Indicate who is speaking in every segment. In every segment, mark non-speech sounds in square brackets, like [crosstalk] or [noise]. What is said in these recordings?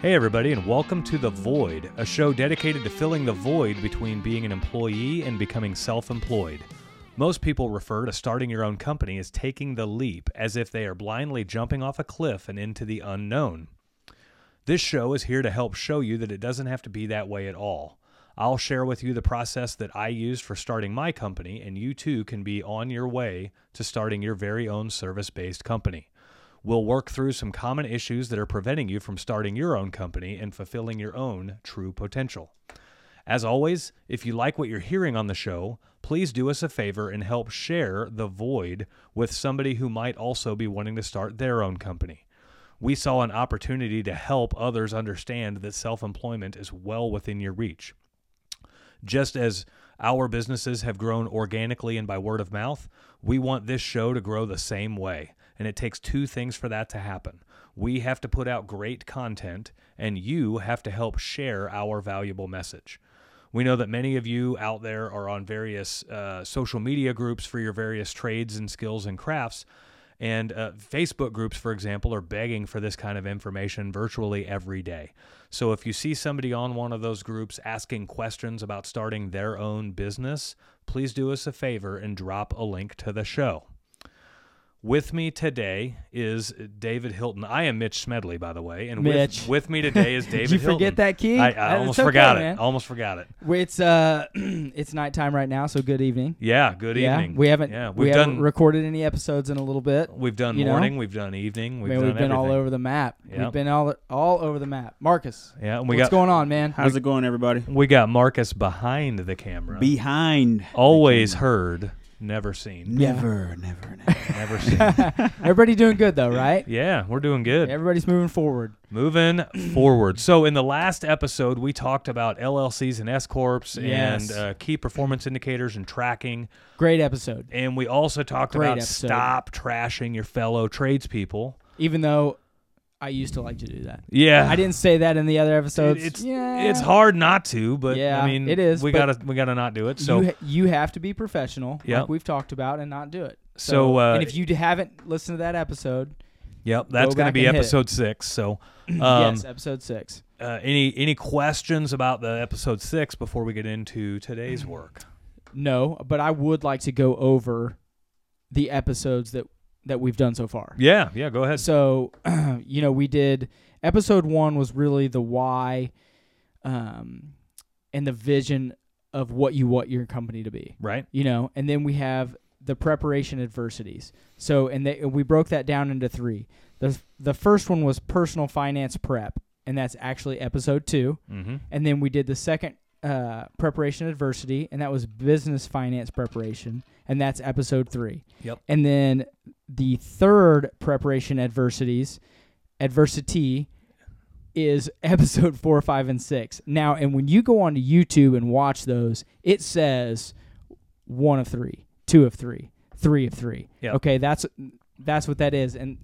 Speaker 1: Hey, everybody, and welcome to The Void, a show dedicated to filling the void between being an employee and becoming self employed. Most people refer to starting your own company as taking the leap, as if they are blindly jumping off a cliff and into the unknown. This show is here to help show you that it doesn't have to be that way at all. I'll share with you the process that I used for starting my company, and you too can be on your way to starting your very own service based company. We'll work through some common issues that are preventing you from starting your own company and fulfilling your own true potential. As always, if you like what you're hearing on the show, please do us a favor and help share the void with somebody who might also be wanting to start their own company. We saw an opportunity to help others understand that self employment is well within your reach. Just as our businesses have grown organically and by word of mouth, we want this show to grow the same way. And it takes two things for that to happen. We have to put out great content, and you have to help share our valuable message. We know that many of you out there are on various uh, social media groups for your various trades and skills and crafts. And uh, Facebook groups, for example, are begging for this kind of information virtually every day. So if you see somebody on one of those groups asking questions about starting their own business, please do us a favor and drop a link to the show. With me today is David Hilton. I am Mitch Smedley, by the way, and
Speaker 2: Mitch.
Speaker 1: with, with me today
Speaker 2: [laughs]
Speaker 1: is David.
Speaker 2: Did you forget
Speaker 1: Hilton.
Speaker 2: that key?
Speaker 1: I, I
Speaker 2: Uh, it's
Speaker 1: almost
Speaker 2: okay,
Speaker 1: forgot
Speaker 2: man.
Speaker 1: it. Almost forgot it.
Speaker 2: It's uh, [clears throat] it's nighttime right now, so good evening.
Speaker 1: Yeah. Good
Speaker 2: yeah,
Speaker 1: evening.
Speaker 2: we haven't
Speaker 1: Yeah,
Speaker 2: we
Speaker 1: we've
Speaker 2: haven't
Speaker 1: done.
Speaker 2: recorded any episodes in a little bit.
Speaker 1: we've done
Speaker 2: you know?
Speaker 1: morning. We've done evening. We've
Speaker 2: man,
Speaker 1: done
Speaker 2: we've been all
Speaker 1: everything.
Speaker 2: over the map.
Speaker 1: Yeah.
Speaker 2: We've been all all over the map. Marcus,
Speaker 1: Yeah. And we
Speaker 2: what's
Speaker 1: got
Speaker 2: going on, man?
Speaker 3: How's it going, everybody?
Speaker 1: we got Marcus behind the camera.
Speaker 3: Behind.
Speaker 1: Always heard, never seen.
Speaker 3: Never, never, never. [laughs]
Speaker 1: Never
Speaker 2: [laughs]
Speaker 1: seen.
Speaker 2: Everybody doing good though, right?
Speaker 1: yeah, we're doing good.
Speaker 2: Everybody's moving forward. [clears throat]
Speaker 1: Moving forward. So, in the last episode, we talked about LLCs and S corps
Speaker 2: Yes.
Speaker 1: and uh, key performance indicators and tracking,
Speaker 2: Great episode.
Speaker 1: and we also talked
Speaker 2: Great
Speaker 1: about
Speaker 2: episode.
Speaker 1: stop trashing your fellow tradespeople.
Speaker 2: Even though I used to like to do that.
Speaker 1: Yeah,
Speaker 2: I didn't say that in the other episodes.
Speaker 1: It's
Speaker 2: yeah.
Speaker 1: it's hard not to, but
Speaker 2: Yeah,
Speaker 1: I mean,
Speaker 2: it is,
Speaker 1: We
Speaker 2: but
Speaker 1: gotta we gotta not do it. So
Speaker 2: you, ha- you have to be professional,
Speaker 1: Yeah.
Speaker 2: like we've talked about, and not do it.
Speaker 1: So, uh,
Speaker 2: and if you d- haven't listened to that episode,
Speaker 1: Yep, that's
Speaker 2: Go
Speaker 1: going to
Speaker 2: back
Speaker 1: be
Speaker 2: and hit it.
Speaker 1: episode six.
Speaker 2: [clears throat]
Speaker 1: So, um,
Speaker 2: yes, episode six.
Speaker 1: uh, any any questions about the episode six before we get into
Speaker 2: Mm-hmm.
Speaker 1: today's work?
Speaker 2: No, but I would like to go over the episodes that that we've done so far.
Speaker 1: Yeah, yeah, go ahead.
Speaker 2: So, [clears throat] you know, we did episode one was really the why, um, and the vision of what you want your company to be.
Speaker 1: Right?
Speaker 2: You know, and then we have the preparation adversities. So, and they, we broke that down into three. The the first one was personal finance prep, and that's actually episode two.
Speaker 1: Mm-hmm.
Speaker 2: And then we did the second uh, preparation adversity, and that was business finance preparation, and that's episode three.
Speaker 1: Yep.
Speaker 2: And then the third preparation adversities, adversity, is [laughs] episode four, five, and six. Now, and when you go onto YouTube and watch those, it says one of three, two of three, three of three.
Speaker 1: Yep.
Speaker 2: Okay, that's that's what that is, and.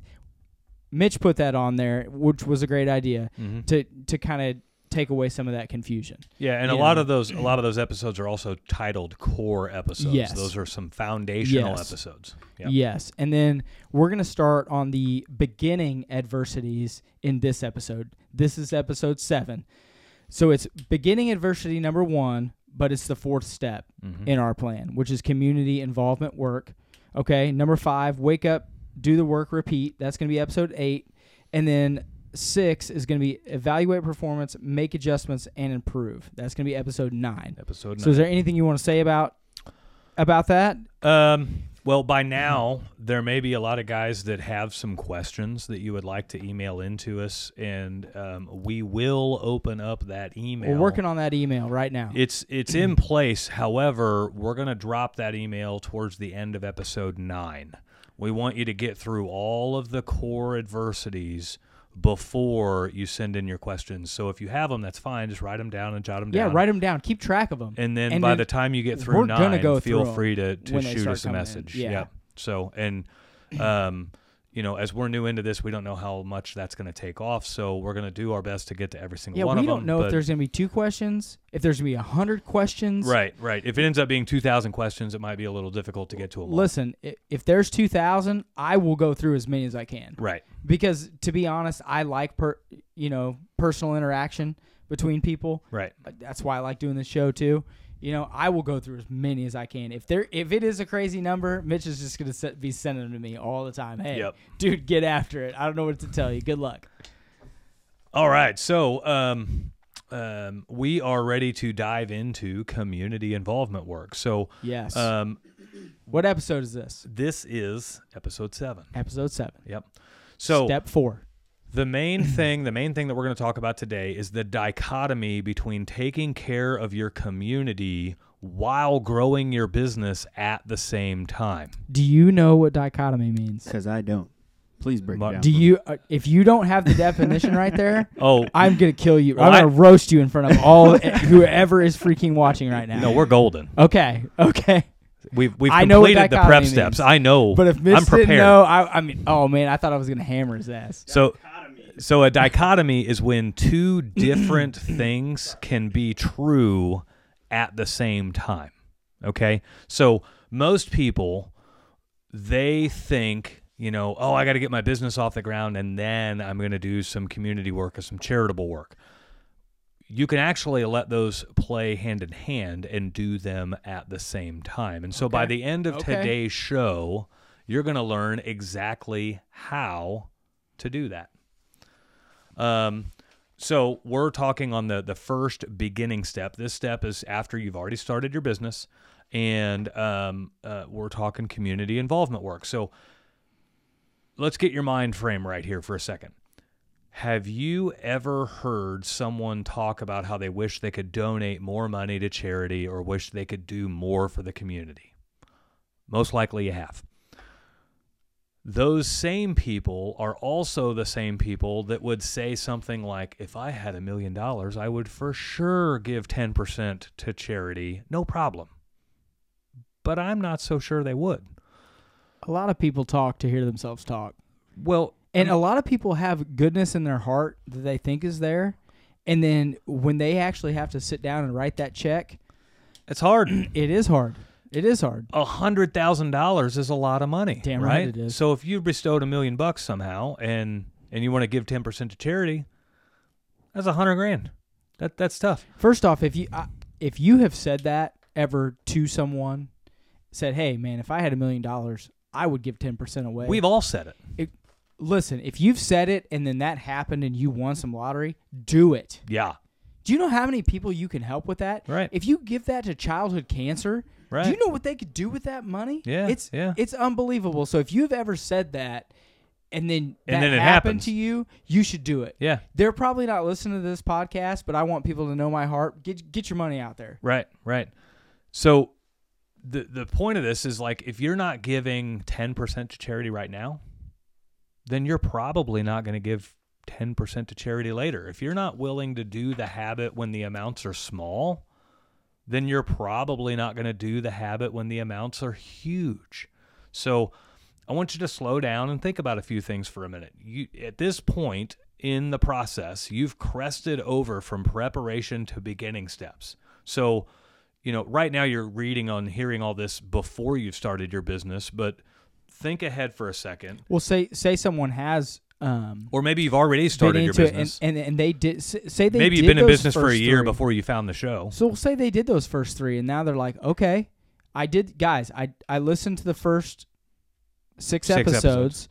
Speaker 2: Mitch put that on there, which was a great idea
Speaker 1: Mm-hmm.
Speaker 2: to to kind of take away some of that confusion.
Speaker 1: Yeah, and a
Speaker 2: you
Speaker 1: lot
Speaker 2: know.
Speaker 1: of those a lot of those episodes are also titled core episodes.
Speaker 2: Yes.
Speaker 1: Those are some foundational
Speaker 2: Yes.
Speaker 1: episodes. Yep.
Speaker 2: Yes, and then we're gonna start on the beginning adversities in this episode. This is episode seven, so it's beginning adversity number one, but it's the fourth step
Speaker 1: Mhm.
Speaker 2: in our plan, which is community involvement work. Okay, number five, wake up, do the work, repeat. That's going to be episode eight. And then six is going to be evaluate performance, make adjustments, and improve. That's going to be episode nine.
Speaker 1: Episode.
Speaker 2: So, is
Speaker 1: nine.
Speaker 2: there anything you want to say about about that?
Speaker 1: Um, well, by
Speaker 2: Mm-hmm.
Speaker 1: now, there may be a lot of guys that have some questions that you would like to email into us, and um, we will open up that email.
Speaker 2: We're working on that email right now.
Speaker 1: It's it's in place. However, we're going to drop that email towards the end of episode 9. We want you to get through all of the core adversities before you send in your questions. So if you have them, that's fine. Just write them down and jot them
Speaker 2: yeah,
Speaker 1: down.
Speaker 2: write them down. Keep track of them.
Speaker 1: And then
Speaker 2: and
Speaker 1: by
Speaker 2: then
Speaker 1: the time you get
Speaker 2: we're
Speaker 1: through
Speaker 2: gonna
Speaker 1: 9,
Speaker 2: go
Speaker 1: feel
Speaker 2: through 'em
Speaker 1: free to, to
Speaker 2: when they
Speaker 1: shoot
Speaker 2: start
Speaker 1: us a
Speaker 2: coming in.
Speaker 1: message.
Speaker 2: Yeah.
Speaker 1: So, and um, you you know, as we're new into this, we don't know how much that's going to take off. So we're going to do our best to get to every single
Speaker 2: Yeah,
Speaker 1: one
Speaker 2: we
Speaker 1: of them.
Speaker 2: don't know
Speaker 1: but-
Speaker 2: if there's gonna be two questions, if there's gonna be a hundred questions.
Speaker 1: Right, right. If it ends up being 2,000 questions, it might be a little difficult to get to them. all.
Speaker 2: Listen, i- if there's two thousand, I will go through as many as I can.
Speaker 1: Right.
Speaker 2: Because to be honest, I like per you know personal interaction between people.
Speaker 1: Right.
Speaker 2: That's why I like doing this show too. You know, I will go through as many as I can. If there, if it is a crazy number, Mitch is just gonna se- be sending them to me all the time. Hey,
Speaker 1: Yep.
Speaker 2: dude, get after it. I don't know what to tell you. Good luck.
Speaker 1: All right. So, um, um, we are ready to dive into community involvement work. So,
Speaker 2: Yes.
Speaker 1: um,
Speaker 2: what episode is this?
Speaker 1: this is episode seven.
Speaker 2: Episode seven.
Speaker 1: Yep. So,
Speaker 2: step four.
Speaker 1: The main [laughs] thing, the main thing that we're going to talk about today is the dichotomy between taking care of your community while growing your business at the same time.
Speaker 2: Do you know what dichotomy means?
Speaker 3: Because I don't. Please break
Speaker 1: Mar-
Speaker 3: it down.
Speaker 2: Do
Speaker 3: for me.
Speaker 2: you? Uh, if you don't have the definition right there, [laughs]
Speaker 1: Oh,
Speaker 2: I'm gonna kill you.
Speaker 1: Well,
Speaker 2: I'm
Speaker 1: I-
Speaker 2: gonna roast you in front of all [laughs] eh, whoever is freaking watching right now.
Speaker 1: no, we're golden.
Speaker 2: okay, okay.
Speaker 1: We've we've
Speaker 2: I know what
Speaker 1: completed the
Speaker 2: dichotomy
Speaker 1: prep
Speaker 2: means.
Speaker 1: steps. I know.
Speaker 2: But if
Speaker 1: I'm
Speaker 2: Mitch
Speaker 1: prepared.
Speaker 2: didn't know, I, I mean, oh man, I thought I was gonna hammer his ass.
Speaker 1: So so a dichotomy is when two different things can be true at the same time. Okay? So most people they think, you know, oh, I got to get my business off the ground and then I'm going to do some community work or some charitable work. You can actually let those play hand in hand and do them at the same time. And so by
Speaker 2: Okay.
Speaker 1: the end of
Speaker 2: Okay.
Speaker 1: today's show, you're going to learn exactly how to do that. Um, so we're talking on the the first beginning step. This step is after you've already started your business, and um, uh, we're talking community involvement work. So let's get your mind frame right here for a second. Have you ever heard someone talk about how they wish they could donate more money to charity or wish they could do more for the community? Most likely you have those same people are also the same people that would say something like, if I had a million dollars, I would for sure give 10% to charity, no problem. But I'm not so sure they would.
Speaker 2: A lot of people talk to hear themselves talk,
Speaker 1: Well,
Speaker 2: and a lot of people have goodness in their heart that they think is there, and then when they actually have to sit down and write that check,
Speaker 1: it's hard.
Speaker 2: it is hard. It is hard.
Speaker 1: A hundred thousand dollars is a lot of money,
Speaker 2: Damn
Speaker 1: right?
Speaker 2: right it is.
Speaker 1: So if you bestowed a million bucks somehow, and and you want to give ten percent to charity, that's a hundred grand. That that's tough.
Speaker 2: First off, if you I, if you have said that ever to someone, said, "Hey, man, if I had a million dollars, I would give ten percent away."
Speaker 1: We've all said it.
Speaker 2: If- listen. If you've said it and then that happened and you won some lottery, do it.
Speaker 1: Yeah,
Speaker 2: Do you know how many people you can help with that?
Speaker 1: Right.
Speaker 2: If you give that to childhood cancer, do
Speaker 1: Right.
Speaker 2: you know what they could do with that money?
Speaker 1: Yeah,
Speaker 2: It's
Speaker 1: yeah.
Speaker 2: it's unbelievable. So if you've ever said that and then that
Speaker 1: And then it
Speaker 2: happened
Speaker 1: happens.
Speaker 2: to you, you should do it.
Speaker 1: yeah,
Speaker 2: They're probably not listening to this podcast, but I want people to know my heart. Get get your money out there.
Speaker 1: Right, right. So the the point of this is like if you're not giving 10% to charity right now, then you're probably not going to give 10% to charity later. If you're not willing to do the habit when the amounts are small, then you're probably not going to do the habit when the amounts are huge. So I want you to slow down and think about a few things for a minute. You at this point in the process, you've crested over from preparation to beginning steps. So, you know, right now you're reading on hearing all this before you've started your business, but think ahead for a second.
Speaker 2: Well, say say someone has um
Speaker 1: Or maybe you've already started
Speaker 2: been
Speaker 1: your
Speaker 2: into it
Speaker 1: business.
Speaker 2: and, and and they did s- say they
Speaker 1: maybe you've
Speaker 2: did
Speaker 1: been in
Speaker 2: those
Speaker 1: business for a
Speaker 2: first
Speaker 1: year
Speaker 2: three.
Speaker 1: before you found the show.
Speaker 2: So say they did those first three, and now they're like, okay, I did, guys. I I listened to the first six,
Speaker 1: Six
Speaker 2: episodes,
Speaker 1: episodes.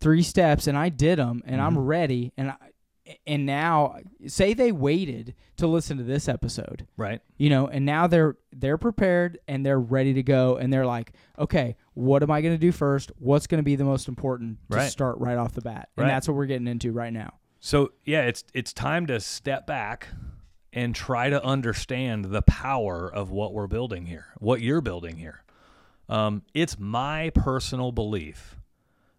Speaker 2: three steps, and I did them, and
Speaker 1: Mm-hmm.
Speaker 2: I'm ready, and I, and now say they waited to listen to this episode,
Speaker 1: Right.
Speaker 2: you know, and now they're they're prepared and they're ready to go, and they're like, okay, what am I gonna do first? What's gonna be the most important to
Speaker 1: Right.
Speaker 2: start right off the bat?
Speaker 1: Right.
Speaker 2: And that's what we're getting into right now.
Speaker 1: So yeah, it's it's time to step back and try to understand the power of what we're building here, what you're building here. Um, it's my personal belief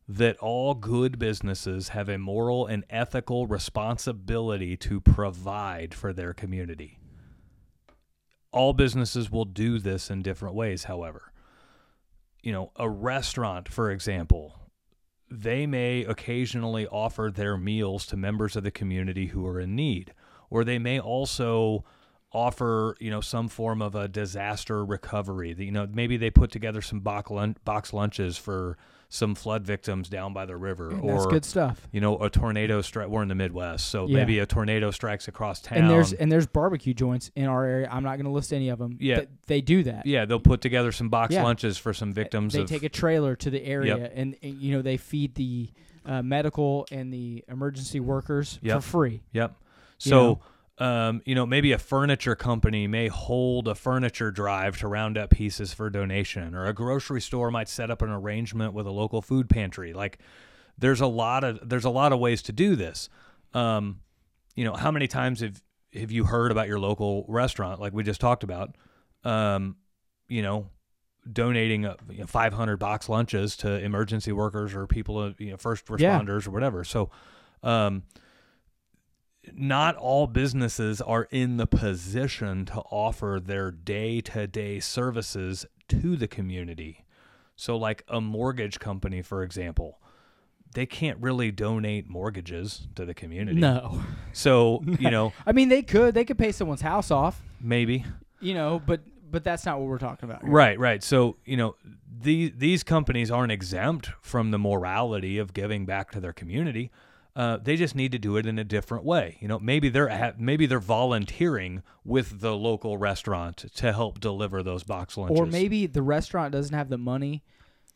Speaker 1: that all good businesses have a moral and ethical responsibility to provide for their community. All businesses will do this in different ways, however. You know, a restaurant, for example, they may occasionally offer their meals to members of the community who are in need, or they may also offer you know some form of a disaster recovery. You know, maybe they put together some box, lun- box lunches for some flood victims down by the river,
Speaker 2: And
Speaker 1: or
Speaker 2: that's good stuff.
Speaker 1: you know, a tornado strike. We're in the Midwest, so
Speaker 2: Yeah.
Speaker 1: maybe a tornado strikes across town.
Speaker 2: And there's and there's barbecue joints in our area. I'm not going to list any of them.
Speaker 1: Yeah.
Speaker 2: that they do that.
Speaker 1: yeah, they'll put together some box
Speaker 2: Yeah.
Speaker 1: lunches for some victims.
Speaker 2: they
Speaker 1: of,
Speaker 2: take a trailer to the area and, and, you know they feed the uh, medical and the emergency workers for
Speaker 1: Yep.
Speaker 2: free
Speaker 1: Yep.
Speaker 2: You
Speaker 1: So, um, you know, maybe a furniture company may hold a furniture drive to round up pieces for donation, or a grocery store might set up an arrangement with a local food pantry. Like, there's a lot of there's a lot of ways to do this. Um, you know, how many times have have you heard about your local restaurant, like we just talked about? Um, you know, donating uh, you know, 500 box lunches to emergency workers or people, uh, you know, first
Speaker 2: Yeah.
Speaker 1: responders or whatever. So, um, not all businesses are in the position to offer their day to day services to the community. So, like a mortgage company, for example, they can't really donate mortgages to the community.
Speaker 2: no
Speaker 1: So, you know,
Speaker 2: i mean they could they could pay someone's house off
Speaker 1: maybe.
Speaker 2: you know but but that's not what we're talking about here.
Speaker 1: Right, right. So, you know, these these companies aren't exempt from the morality of giving back to their community. Uh, they just need to do it in a different way. You know, maybe they're at, maybe they're volunteering with the local restaurant to help deliver those box lunches.
Speaker 2: or maybe the restaurant doesn't have the money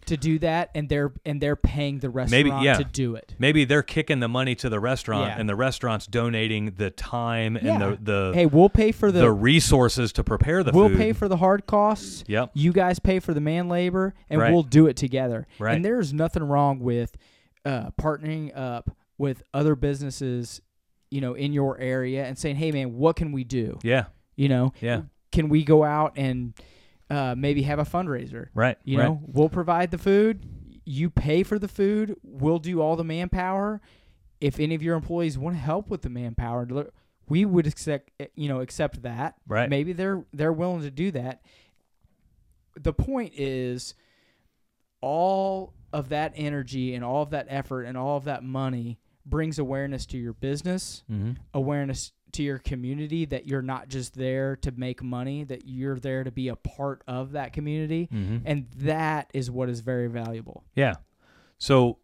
Speaker 2: to do that and they're and they're paying the restaurant
Speaker 1: Maybe, yeah.
Speaker 2: to do it
Speaker 1: maybe they're kicking the money to the restaurant,
Speaker 2: Yeah.
Speaker 1: and the restaurant's donating the time and
Speaker 2: Yeah.
Speaker 1: the the,
Speaker 2: hey we'll pay for
Speaker 1: the
Speaker 2: the,
Speaker 1: resources to prepare the
Speaker 2: we'll
Speaker 1: food.
Speaker 2: pay for the hard costs
Speaker 1: Yep.
Speaker 2: you guys pay for the man labor and
Speaker 1: Right.
Speaker 2: we'll do it together
Speaker 1: Right.
Speaker 2: and there's nothing wrong with uh, partnering up with other businesses you know in your area and saying hey man what can we do
Speaker 1: yeah,
Speaker 2: you know
Speaker 1: yeah,
Speaker 2: can we go out and uh, maybe have a fundraiser
Speaker 1: right.
Speaker 2: you
Speaker 1: right.
Speaker 2: know we'll provide the food you pay for the food we'll do all the manpower if any of your employees want to help with the manpower l- we would accept eh, you know accept that
Speaker 1: Right.
Speaker 2: maybe they're they're willing to do that the point is all of that energy and all of that effort and all of that money brings awareness to your business
Speaker 1: Mm-hmm.
Speaker 2: awareness to your community that you're not just there to make money that you're there to be a part of that community
Speaker 1: Mm-hmm.
Speaker 2: and that is what is very valuable.
Speaker 1: Yeah. So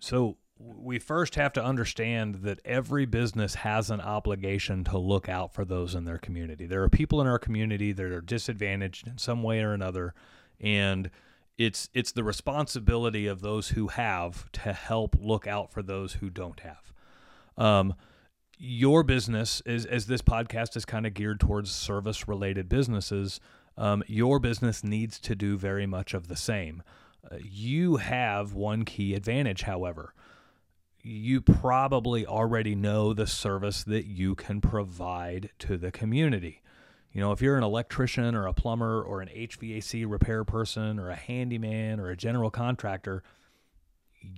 Speaker 1: so we first have to understand that every business has an obligation to look out for those in their community. There are people in our community that are disadvantaged in some way or another and it's it's the responsibility of those who have to help look out for those who don't have. Um your business is as this podcast is kind of geared towards service related businesses, um, your business needs to do very much of the same. Uh, you have one key advantage, however. You probably already know the service that you can provide to the community. You know, if you're an electrician or a plumber or an HVAC repair person or a handyman or a general contractor,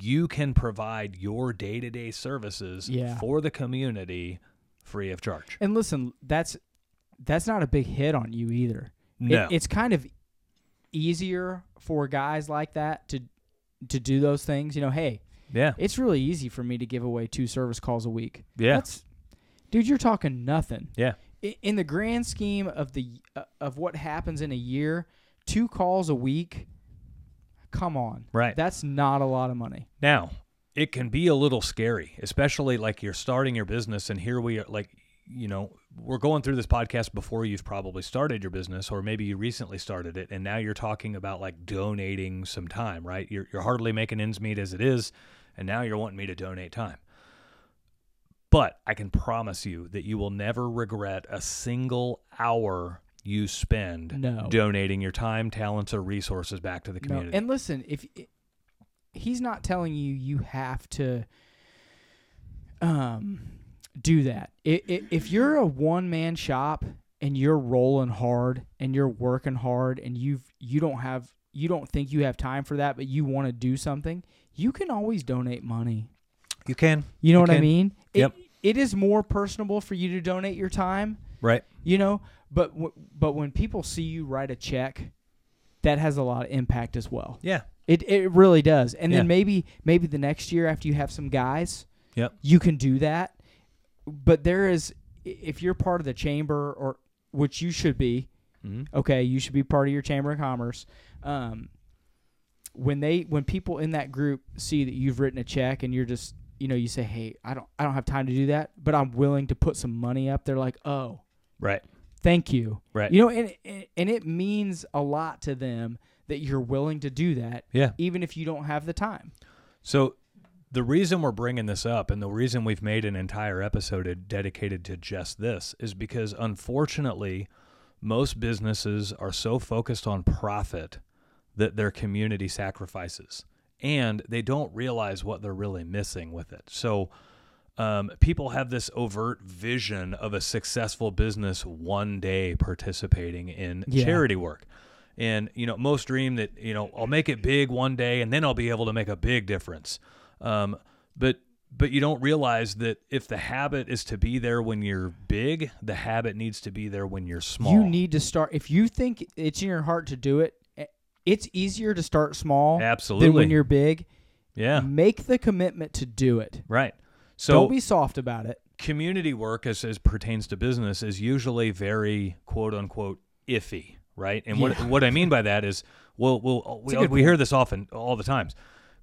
Speaker 1: you can provide your day to day services
Speaker 2: Yeah.
Speaker 1: for the community free of charge.
Speaker 2: And listen, that's that's not a big hit on you either. It-
Speaker 1: No.
Speaker 2: it's kind of easier for guys like that to to do those things. You know, hey,
Speaker 1: yeah.
Speaker 2: it's really easy for me to give away two service calls a week.
Speaker 1: Yeah.
Speaker 2: That's dude, you're talking nothing.
Speaker 1: Yeah.
Speaker 2: I- In the grand scheme of the uh, of what happens in a year, two calls a week. Come on.
Speaker 1: Right.
Speaker 2: That's not a lot of money.
Speaker 1: Now, it can be a little scary, especially like you're starting your business, and here we are, like, you know, we're going through this podcast before you've probably started your business, or maybe you recently started it, and now you're talking about like donating some time, right? You're, you're hardly making ends meet as it is, and now you're wanting me to donate time. But I can promise you that you will never regret a single hour you spend
Speaker 2: No.
Speaker 1: donating your time, talents, or resources back to the
Speaker 2: No,
Speaker 1: community.
Speaker 2: And listen, if he's not telling you you have to um do that. I- i- If you're a one man shop and you're rolling hard and you're working hard and you've you don't have you don't think you have time for that but you want to do something, you can always donate money.
Speaker 1: you can.
Speaker 2: You know what I
Speaker 1: can.
Speaker 2: mean? It-
Speaker 1: Yep.
Speaker 2: it is more personable for you to donate your time
Speaker 1: Right.
Speaker 2: you know but w- but when people see you write a check that has a lot of impact as well.
Speaker 1: Yeah.
Speaker 2: It it really does. And
Speaker 1: Yeah.
Speaker 2: then maybe maybe the next year after you have some guys,
Speaker 1: Yep.
Speaker 2: you can do that. But there is if you're part of the chamber or which you should be,
Speaker 1: hmm
Speaker 2: okay, you should be part of your chamber of commerce. Um, when they when people in that group see that you've written a check and you're just you know you say hey I don't I don't have time to do that but I'm willing to put some money up they're like oh
Speaker 1: Right.
Speaker 2: thank you
Speaker 1: Right.
Speaker 2: you know and and- and it means a lot to them that you're willing to do that
Speaker 1: Yeah.
Speaker 2: even if you don't have the time
Speaker 1: So the reason we're bringing this up and the reason we've made an entire episode dedicated to just this is because unfortunately most businesses are so focused on profit that their community sacrifices and they don't realize what they're really missing with it. So um, people have this overt vision of a successful business one day participating in
Speaker 2: Yeah.
Speaker 1: charity work. And, you know, most dream that, you know, I'll make it big one day and then I'll be able to make a big difference. Um, but, but you don't realize that if the habit is to be there when you're big, the habit needs to be there when you're small.
Speaker 2: you need to start if you think it's in your heart to do it eh, it's easier to start small
Speaker 1: Absolutely.
Speaker 2: than when you're big
Speaker 1: yeah.
Speaker 2: make the commitment to do it
Speaker 1: Right. So
Speaker 2: don't be soft about it.
Speaker 1: community work as, as pertains to business is usually very quote unquote iffy, right? And what
Speaker 2: Yeah.
Speaker 1: what I mean by that is, well, well, we,
Speaker 2: a good
Speaker 1: we hear this often, all the times.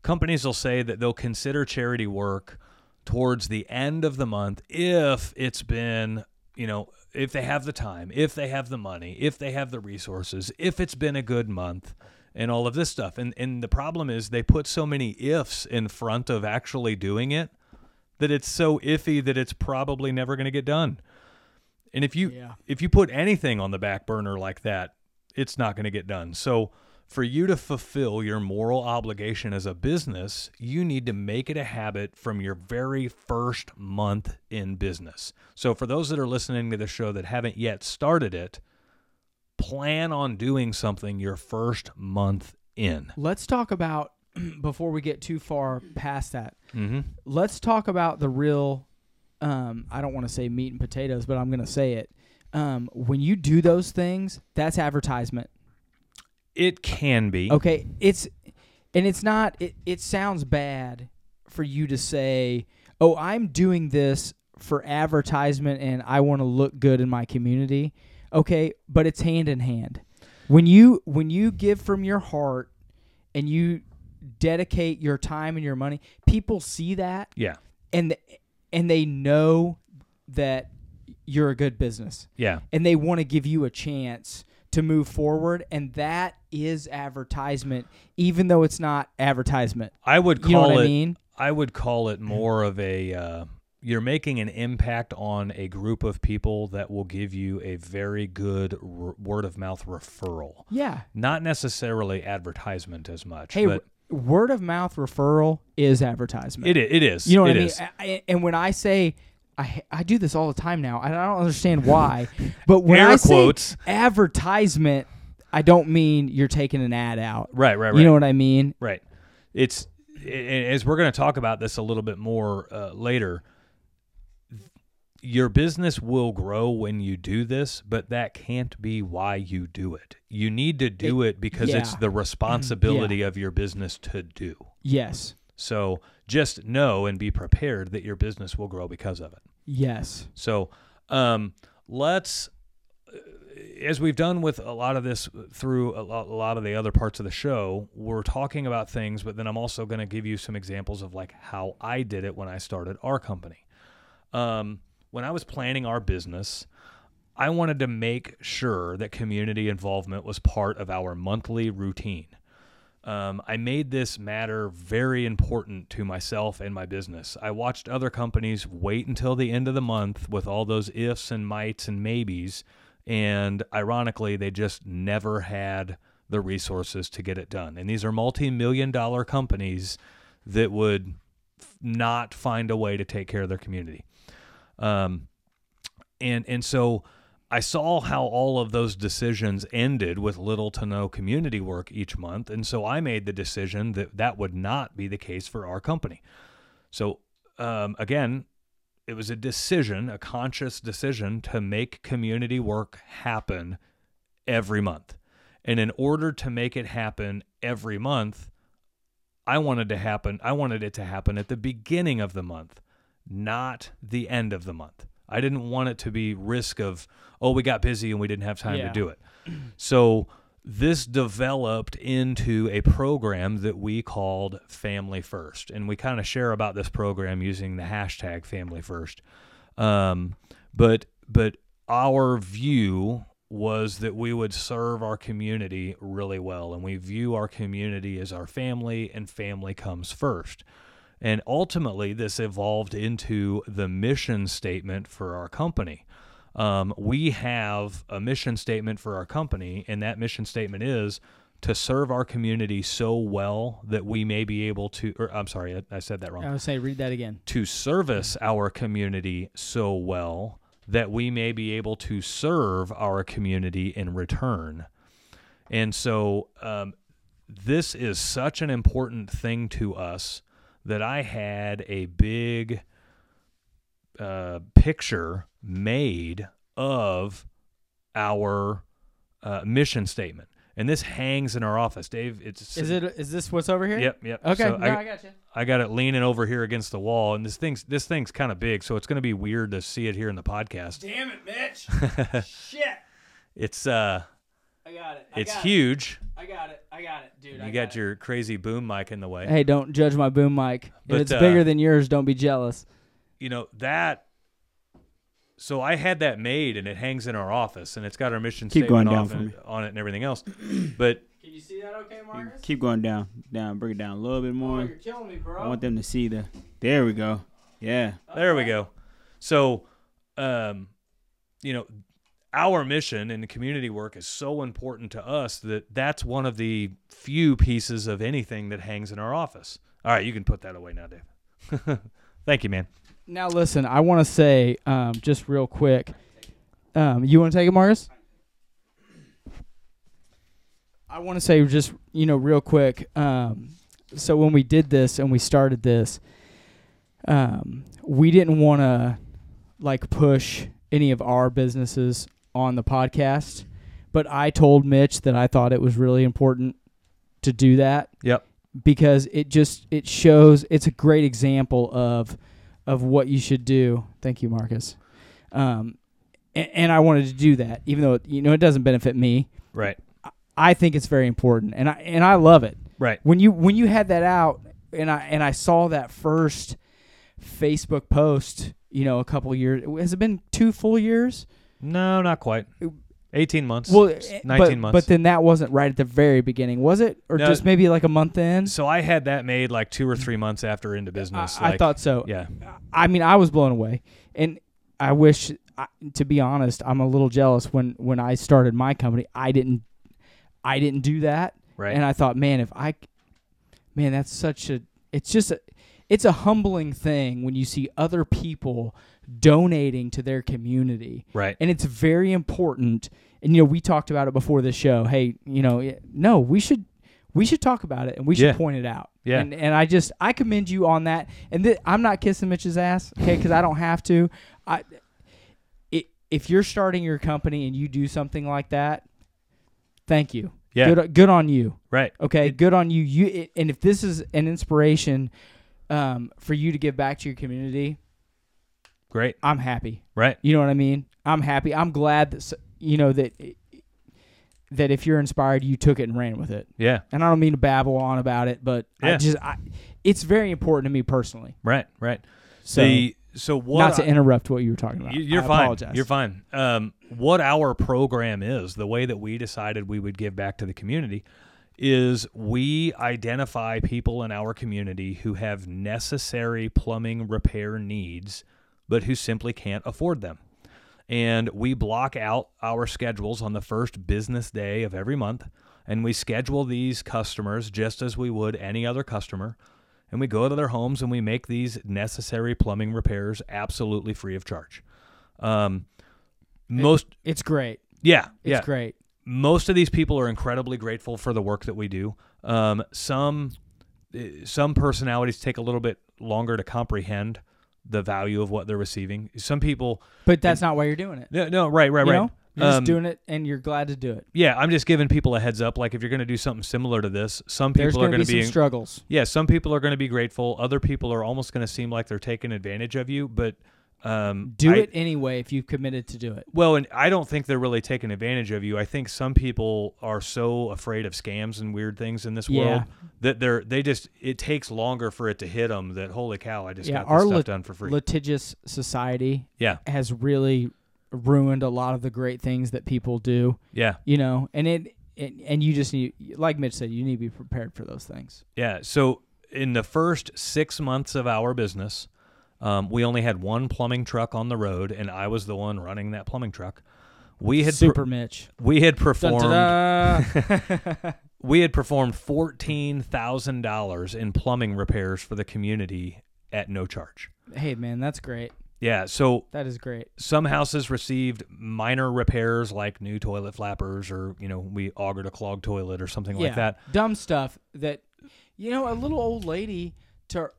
Speaker 1: Companies will say that they'll consider charity work towards the end of the month if it's been, you know, if they have the time, if they have the money, if they have the resources, if it's been a good month, and all of this stuff. And and the problem is they put so many ifs in front of actually doing it that it's so iffy that it's probably never going to get done. And if you
Speaker 2: Yeah.
Speaker 1: if you put anything on the back burner like that, it's not going to get done. So for you to fulfill your moral obligation as a business, you need to make it a habit from your very first month in business. So for those that are listening to the show that haven't yet started it, plan on doing something your first month in.
Speaker 2: Let's talk about [clears throat] before we get too far past that.
Speaker 1: Mm-hmm.
Speaker 2: Let's talk about the real. Um, I don't want to say meat and potatoes, but I'm going to say it. Um, when you do those things, that's advertisement.
Speaker 1: It can be.
Speaker 2: Okay, it's and it's not. It it sounds bad for you to say, "Oh, I'm doing this for advertisement, and I want to look good in my community." Okay, but it's hand in hand. When you when you give from your heart and you dedicate your time and your money, people see that
Speaker 1: Yeah.
Speaker 2: and and they know that you're a good business
Speaker 1: Yeah.
Speaker 2: and they want to give you a chance to move forward and that is advertisement even though it's not advertisement
Speaker 1: I would call
Speaker 2: you know what
Speaker 1: it
Speaker 2: i mean
Speaker 1: I would call
Speaker 2: Mm-hmm.
Speaker 1: it more of a uh, you're making an impact on a group of people that will give you a very good r- word of mouth referral.
Speaker 2: yeah
Speaker 1: Not necessarily advertisement as much.
Speaker 2: hey
Speaker 1: but
Speaker 2: w- word of mouth referral is advertisement
Speaker 1: it, i- it is.
Speaker 2: you know what
Speaker 1: It
Speaker 2: i mean
Speaker 1: is.
Speaker 2: I, I- and when i say I, I do this all the time now and i don't understand why [laughs] but when
Speaker 1: Air
Speaker 2: i say
Speaker 1: quotes.
Speaker 2: advertisement i don't mean you're taking an ad out
Speaker 1: Right, right, right.
Speaker 2: you know what i mean
Speaker 1: Right. It's a- a- as we're going to talk about this a little bit more uh, later. Your business will grow when you do this, but that can't be why you do it. You need to do it, because it's
Speaker 2: yeah.
Speaker 1: the responsibility of your business to do.
Speaker 2: yes
Speaker 1: So just know and be prepared that your business will grow because of it.
Speaker 2: yes
Speaker 1: So um, let's, uh, as we've done with a lot of this through a lot, a lot of the other parts of the show, we're talking about things, but then I'm also going to give you some examples of like how I did it when I started our company. Um, when I was planning our business, I wanted to make sure that community involvement was part of our monthly routine. Um, I made this matter very important to myself and my business. I watched other companies wait until the end of the month with all those ifs and mights and maybes, and ironically, they just never had the resources to get it done. And these are multi million dollar companies that would f- not find a way to take care of their community. Um, and and so I saw how all of those decisions ended with little to no community work each month, and so I made the decision that that would not be the case for our company. So um, again, it was a decision, a conscious decision to make community work happen every month. And in order to make it happen every month, I wanted to happen. I wanted it to happen at the beginning of the month, not the end of the month. I didn't want it to be risk of oh we got busy and we didn't have time
Speaker 2: Yeah.
Speaker 1: to do it. [clears throat] So this developed into a program that we called Family First, and we kind of share about this program using the hashtag Family First. Um, but but our view was that we would serve our community really well, and we view our community as our family, and family comes first. And ultimately, this evolved into the mission statement for our company. Um, we have a mission statement for our company, and that mission statement is to serve our community so well that we may be able to, or I'm sorry, I, I said that wrong
Speaker 2: I would say read that again.
Speaker 1: to service our community so well that we may be able to serve our community in return. And so, um, this is such an important thing to us that I had a big uh, picture made of our uh, mission statement. And this hangs in our office, Dave. It's
Speaker 2: Is it? Is this what's over here?
Speaker 1: Yep, yep.
Speaker 2: Okay.
Speaker 1: So
Speaker 2: no, I, got you.
Speaker 1: I got it leaning over here against the wall, and this thing's this thing's kind of big, so it's going to be weird to see it here in the podcast.
Speaker 2: Damn
Speaker 1: [laughs]
Speaker 2: it, Mitch! Shit!
Speaker 1: It's uh,
Speaker 2: I got it.
Speaker 1: it's huge.
Speaker 2: I got it. I got it, dude.
Speaker 1: You got your crazy boom mic in the way.
Speaker 2: Hey, don't judge my boom mic.
Speaker 1: But,
Speaker 2: if it's
Speaker 1: uh,
Speaker 2: bigger than yours, don't be jealous.
Speaker 1: You know that. So I had that made, and it hangs in our office, and it's got our mission
Speaker 3: Keep
Speaker 1: statement
Speaker 3: going down
Speaker 1: off
Speaker 3: for
Speaker 1: and-
Speaker 3: me.
Speaker 1: on it and everything else. But
Speaker 2: Can you see that okay, Marcus?
Speaker 3: Keep going down, down. Bring it down a little bit more.
Speaker 2: killing me,
Speaker 3: I
Speaker 2: bro.
Speaker 3: want them to see the. There we go. Yeah.
Speaker 1: There we go. So, um, you know, our mission and the community work is so important to us that that's one of the few pieces of anything that hangs in our office. All right, you can put that away now, Dave. [laughs] Thank you, man.
Speaker 2: Now listen, I want to say um, just real quick. Um, you want to take it, Marcus? I want to say just you know real quick. Um, so when we did this and we started this, um, we didn't want to like push any of our businesses on the podcast, but I told Mitch that I thought it was really important to do that
Speaker 1: Yep.
Speaker 2: because it just it shows it's a great example of of what you should do. Thank you, Marcus. Um, and, and I wanted to do that, even though you know it doesn't benefit me.
Speaker 1: Right.
Speaker 2: I think it's very important, and I and I love it
Speaker 1: Right.
Speaker 2: when you when you had that out, and I and I saw that first Facebook post. You know, a couple years has it been two full years?
Speaker 1: No, not quite. 18 months.
Speaker 2: Well, eh,
Speaker 1: 19
Speaker 2: but,
Speaker 1: months.
Speaker 2: But then that wasn't right at the very beginning, was it? Or
Speaker 1: No.
Speaker 2: just maybe like a month in?
Speaker 1: so I had that made like two or three months after into business.
Speaker 2: I, I
Speaker 1: like-
Speaker 2: thought so.
Speaker 1: yeah.
Speaker 2: I mean, I was blown away, and I wish, I, to be honest, I'm a little jealous. When when I started my company, I didn't, I didn't do that,
Speaker 1: Right.
Speaker 2: and I thought, man, if I, man, that's such a, it's just a, it's a humbling thing when you see other people donating to their community,
Speaker 1: right.
Speaker 2: and it's very important. And you know, we talked about it before the show. Hey, you know, yeah, no, we should we should talk about it and we should
Speaker 1: Yeah.
Speaker 2: point it out.
Speaker 1: Yeah.
Speaker 2: And, and I just I commend you on that. And th- I'm not kissing Mitch's ass, okay? Because I don't have to. I i- if you're starting your company and you do something like that, thank you.
Speaker 1: Yeah.
Speaker 2: Good, good on you.
Speaker 1: right.
Speaker 2: Okay, good on you. You it, and if this is an inspiration um, for you to give back to your community,
Speaker 1: Great.
Speaker 2: I'm happy.
Speaker 1: Right.
Speaker 2: You know what I mean? I'm happy. I'm glad that s- you know that that if you're inspired, you took it and ran with it.
Speaker 1: Yeah.
Speaker 2: And I don't mean to babble on about it, but I
Speaker 1: Yeah.
Speaker 2: just I, it's very important to me personally.
Speaker 1: Right. Right.
Speaker 2: So
Speaker 1: the, so what
Speaker 2: not to
Speaker 1: I-
Speaker 2: interrupt what you were talking about.
Speaker 1: You- You're
Speaker 2: I
Speaker 1: fine.
Speaker 2: Apologize.
Speaker 1: You're fine. Um, what our program is, the way that we decided we would give back to the community, is we identify people in our community who have necessary plumbing repair needs, but who simply can't afford them. And we block out our schedules on the first business day of every month. And we schedule these customers just as we would any other customer. And we go to their homes and we make these necessary plumbing repairs absolutely free of charge. Um, most,
Speaker 2: It's great.
Speaker 1: yeah,
Speaker 2: It's
Speaker 1: yeah.
Speaker 2: great.
Speaker 1: Most of these people are incredibly grateful for the work that we do. Um, some, eh, some personalities take a little bit longer to comprehend the value of what they're receiving. Some people,
Speaker 2: But that's not why you're doing it.
Speaker 1: no, no, right, right,
Speaker 2: You
Speaker 1: right.
Speaker 2: know? You're just
Speaker 1: Um,
Speaker 2: doing it, and you're glad to do it.
Speaker 1: Yeah, I'm just giving people a heads up. Like if you're going to do something similar to this, some
Speaker 2: There's
Speaker 1: people are
Speaker 2: going to be
Speaker 1: going to
Speaker 2: some
Speaker 1: be,
Speaker 2: struggles.
Speaker 1: yeah, some people are going to be grateful. Other people are almost going to seem like they're taking advantage of you. But um,
Speaker 2: Do
Speaker 1: I-
Speaker 2: it anyway if you've committed to do it.
Speaker 1: Well, and I don't think they're really taking advantage of you. I think some people are so afraid of scams and weird things in this
Speaker 2: Yeah.
Speaker 1: world that they're they just it takes longer for it to hit them. That holy cow, I just
Speaker 2: yeah,
Speaker 1: got this
Speaker 2: our
Speaker 1: stuff
Speaker 2: lit-
Speaker 1: done for free.
Speaker 2: litigious society
Speaker 1: yeah,
Speaker 2: has really ruined a lot of the great things that people do.
Speaker 1: yeah,
Speaker 2: You know, and it, it and you just need, like Mitch said, you need to be prepared for those things.
Speaker 1: yeah. So in the first six months of our business, um, we only had one plumbing truck on the road, and I was the one running that plumbing truck. We had
Speaker 2: Super Mitch.
Speaker 1: we had performed
Speaker 2: Dun-da-da.
Speaker 1: we had performed fourteen thousand dollars in plumbing repairs for the community at no charge.
Speaker 2: [laughs] hey man, that's great.
Speaker 1: Yeah, so
Speaker 2: That is great.
Speaker 1: some houses received minor repairs like new toilet flappers or, you know, we augured a clogged toilet or something
Speaker 2: yeah,
Speaker 1: like that.
Speaker 2: dumb stuff that you know a little old lady to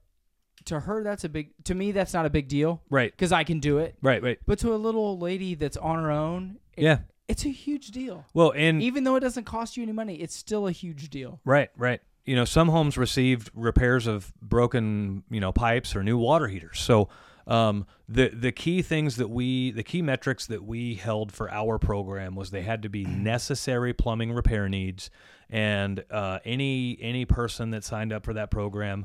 Speaker 2: to her that's a big to me that's not a big deal
Speaker 1: Right.
Speaker 2: because I can do it.
Speaker 1: Right, right.
Speaker 2: But to a little old lady that's on her own, it-
Speaker 1: Yeah.
Speaker 2: it's a huge deal.
Speaker 1: Well, and
Speaker 2: Even though it doesn't cost you any money, it's still a huge deal.
Speaker 1: right, right. You know, some homes received repairs of broken, you know, pipes or new water heaters. So, um, the the key things that we the key metrics that we held for our program was they had to be necessary plumbing repair needs, and uh, any any person that signed up for that program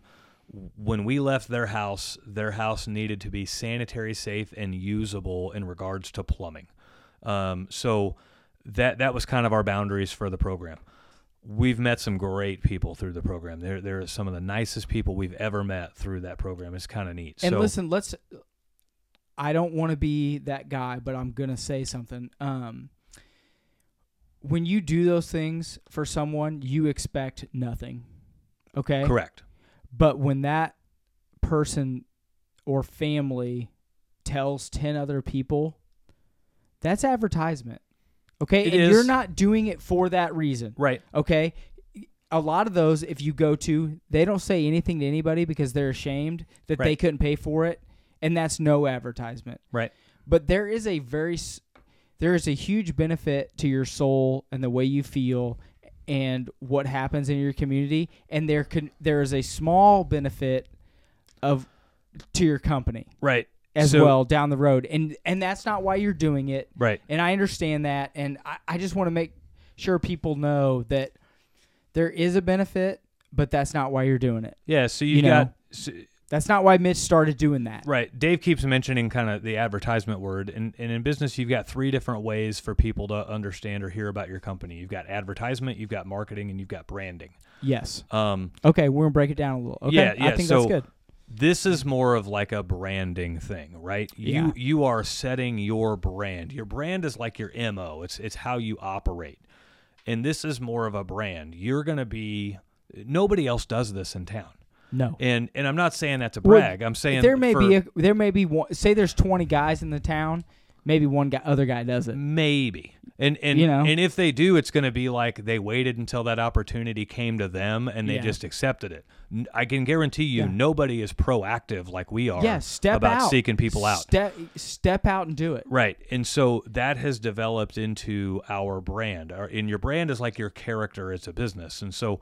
Speaker 1: when we left their house, their house needed to be sanitary safe and usable in regards to plumbing. Um, so that that was kind of our boundaries for the program. We've met some great people through the program. They're, they're some of the nicest people we've ever met through that program. It's kind of neat.
Speaker 2: And
Speaker 1: so,
Speaker 2: listen, let's. I don't want to be that guy, but I'm gonna say something. Um, when you do those things for someone, you expect nothing. Okay.
Speaker 1: correct.
Speaker 2: But when that person or family tells 10 other people, that's advertisement. Okay?
Speaker 1: It
Speaker 2: and you're
Speaker 1: is.
Speaker 2: not doing it for that reason.
Speaker 1: Right.
Speaker 2: Okay? A lot of those if you go to, they don't say anything to anybody because they're ashamed that they
Speaker 1: Right.
Speaker 2: couldn't pay for it, and that's no advertisement.
Speaker 1: Right.
Speaker 2: But there is a very s- there is a huge benefit to your soul and the way you feel and what happens in your community and there can there is a small benefit of to your company
Speaker 1: Right.
Speaker 2: as
Speaker 1: So-
Speaker 2: well down the road and and that's not why you're doing it
Speaker 1: Right.
Speaker 2: and I understand that and I, I just want to make sure people know that there is a benefit but that's not why you're doing it
Speaker 1: Yeah. So
Speaker 2: You
Speaker 1: you've
Speaker 2: know.
Speaker 1: got. So,
Speaker 2: that's not why Mitch started doing that
Speaker 1: Right. Dave keeps mentioning kind of the advertisement word. And, and in business, you've got three different ways for people to understand or hear about your company you've got advertisement, you've got marketing, and you've got branding.
Speaker 2: yes
Speaker 1: Um,
Speaker 2: okay we're gonna break it down a little okay
Speaker 1: Yeah, yeah,
Speaker 2: I think
Speaker 1: so-
Speaker 2: that's good
Speaker 1: this is more of like a branding thing, right?
Speaker 2: Yeah.
Speaker 1: You you are setting your brand. Your brand is like your MO. It's it's how you operate. And this is more of a brand. You're going to be nobody else does this in town.
Speaker 2: no
Speaker 1: And and I'm not saying that to
Speaker 2: Well,
Speaker 1: brag. I'm saying
Speaker 2: there may
Speaker 1: for-
Speaker 2: be a, there may be one, say there's 20 guys in the town maybe one guy other guy does it
Speaker 1: maybe and and
Speaker 2: You know.
Speaker 1: and if they do it's going to be like they waited until that opportunity came to them and they
Speaker 2: Yeah.
Speaker 1: just accepted it N- i can guarantee you
Speaker 2: Yeah.
Speaker 1: nobody is proactive like we are
Speaker 2: yeah step
Speaker 1: about
Speaker 2: out
Speaker 1: seeking people out
Speaker 2: step, step out and do it
Speaker 1: right and so that has developed into our brand our, and your brand is like your character it's a business and so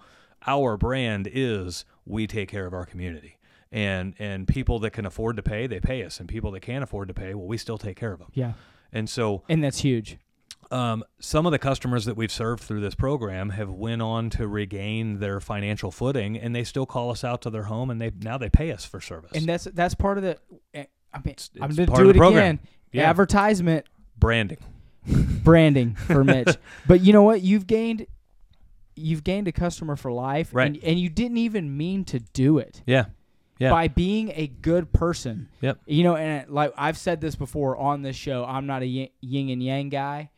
Speaker 1: our brand is we take care of our community and and people that can afford to pay they pay us and people that can't afford to pay well we still take care of them
Speaker 2: yeah
Speaker 1: and so
Speaker 2: and that's huge
Speaker 1: um, some of the customers that we've served through this program have went on to regain their financial footing, and they still call us out to their home, and they now they pay us for service.
Speaker 2: and that's that's part of the eh, i mean i'm
Speaker 1: it's
Speaker 2: gonna
Speaker 1: part
Speaker 2: do
Speaker 1: of
Speaker 2: it
Speaker 1: the program.
Speaker 2: again
Speaker 1: Yeah.
Speaker 2: advertisement
Speaker 1: Branding,
Speaker 2: branding
Speaker 1: [laughs]
Speaker 2: for mitch but you know what you've gained you've gained a customer for life
Speaker 1: Right.
Speaker 2: and, and you didn't even mean to do it
Speaker 1: yeah, yeah,
Speaker 2: by being a good person.
Speaker 1: Yep.
Speaker 2: You know, and like I've said this before on this show, I'm not a yin yin and yang guy.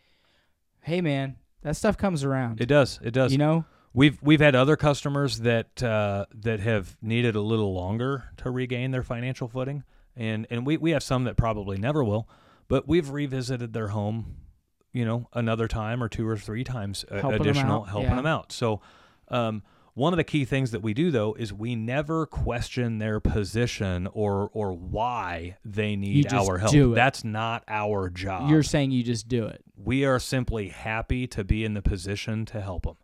Speaker 2: Hey, man, that stuff comes around.
Speaker 1: it does, it does.
Speaker 2: you know,
Speaker 1: we've we've had other customers that uh, that have needed a little longer to regain their financial footing, and and we we have some that probably never will, but we've revisited their home, you know, another time or two or three times uh,
Speaker 2: Helping 'em
Speaker 1: additional
Speaker 2: out,
Speaker 1: helping
Speaker 2: yeah.
Speaker 1: them out. So, um, one of the key things that we do though is we never question their position or or why they need
Speaker 2: just
Speaker 1: our help.
Speaker 2: do it.
Speaker 1: That's not our job.
Speaker 2: you're saying you just do it.
Speaker 1: We are simply happy to be in the position to help them.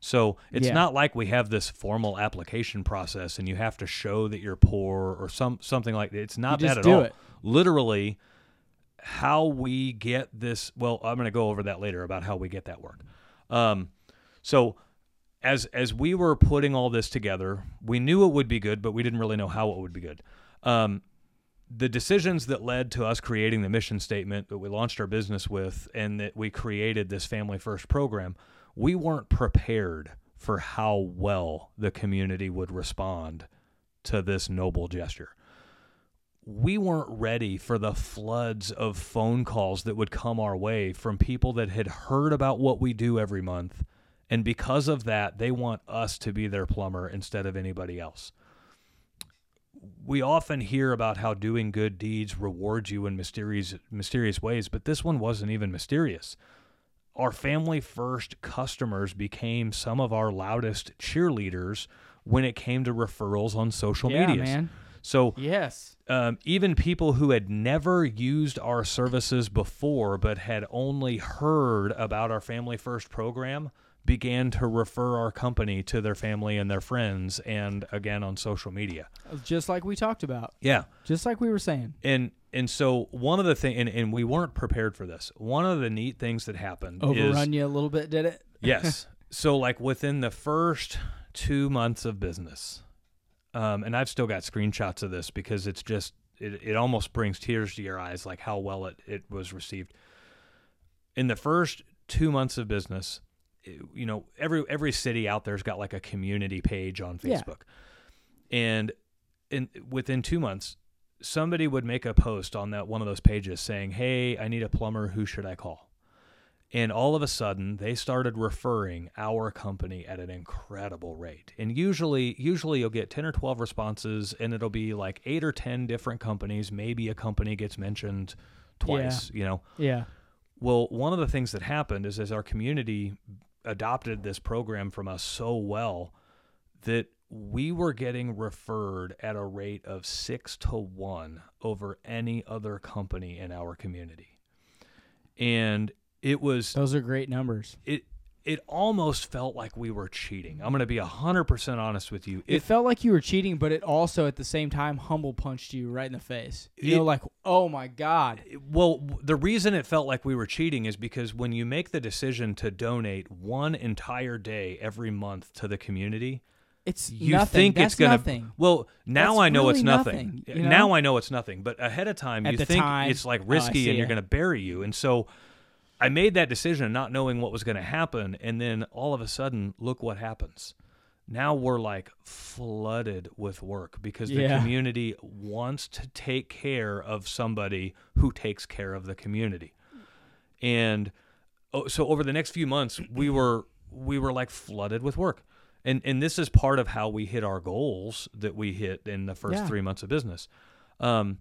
Speaker 1: So it's
Speaker 2: Yeah.
Speaker 1: not like we have this formal application process and you have to show that you're poor or some something like that. It's not
Speaker 2: just
Speaker 1: that at
Speaker 2: do
Speaker 1: all.
Speaker 2: it.
Speaker 1: Literally, how we get this. Well, I'm going to go over that later about how we get that work. Um, so as as we were putting all this together, we knew it would be good, but we didn't really know how it would be good. Um, the decisions that led to us creating the mission statement that we launched our business with, and that we created this Family First program, we weren't prepared for how well the community would respond to this noble gesture we weren't ready for the floods of phone calls that would come our way from people that had heard about what we do every month. And because of that, they want us to be their plumber instead of anybody else. We often hear about how doing good deeds rewards you in mysterious mysterious ways, but this one wasn't even mysterious. Our family first customers became some of our loudest cheerleaders when it came to referrals on social
Speaker 2: Yeah,
Speaker 1: media.
Speaker 2: man.
Speaker 1: So
Speaker 2: Yes.
Speaker 1: um, even people who had never used our services before but had only heard about our Family First program began to refer our company to their family and their friends and again on social media.
Speaker 2: Just like we talked about.
Speaker 1: Yeah.
Speaker 2: Just like we were saying.
Speaker 1: And and so one of the thing and, and we weren't prepared for this. One of the neat things that happened is
Speaker 2: Overrun you a little bit, did it?
Speaker 1: yes. So like within the first two months of business, um, and I've still got screenshots of this because it's just it, it almost brings tears to your eyes like how well it, it was received. In the first two months of business, it- you know, every every city out there's got like a community page on
Speaker 2: Yeah.
Speaker 1: Facebook. And in within two months, somebody would make a post on that one of those pages saying, Hey, I need a plumber, who should I call? And all of a sudden, they started referring our company at an incredible rate. And usually, usually you'll get 10 or 12 responses and it'll be like 8 or 10 different companies, maybe a company gets mentioned twice, you know.
Speaker 2: [laughs] Yeah.
Speaker 1: Well, one of the things that happened is as our community adopted this program from us so well that we were getting referred at a rate of 6 to 1 over any other company in our community. And it was
Speaker 2: Those are great numbers.
Speaker 1: it it almost felt like we were cheating. I'm going to be 100% honest with you.
Speaker 2: It,
Speaker 1: It,
Speaker 2: felt like you were cheating, but it also at the same time humble punched you right in the face. You
Speaker 1: It-
Speaker 2: know, like, oh my God.
Speaker 1: well, the reason it felt like we were cheating is because when you make the decision to donate one entire day every month to the community,
Speaker 2: It's
Speaker 1: you
Speaker 2: nothing.
Speaker 1: think it's
Speaker 2: That's
Speaker 1: going to
Speaker 2: nothing.
Speaker 1: Well, now
Speaker 2: That's
Speaker 1: I know it's
Speaker 2: really
Speaker 1: nothing.
Speaker 2: nothing, you know?
Speaker 1: Now I know it's nothing, but ahead of time
Speaker 2: At
Speaker 1: you
Speaker 2: the
Speaker 1: think
Speaker 2: time,
Speaker 1: it's like
Speaker 2: oh, I
Speaker 1: risky
Speaker 2: see
Speaker 1: and you're
Speaker 2: it.
Speaker 1: going to bury you. And so I made that decision not knowing what was going to happen and then all of a sudden look what happens. Now we're like flooded with work because the
Speaker 2: Yeah.
Speaker 1: community wants to take care of somebody who takes care of the community. And oh, so over the next few months we were we were like flooded with work and and this is part of how we hit our goals that we hit in the first
Speaker 2: Yeah.
Speaker 1: three months of business um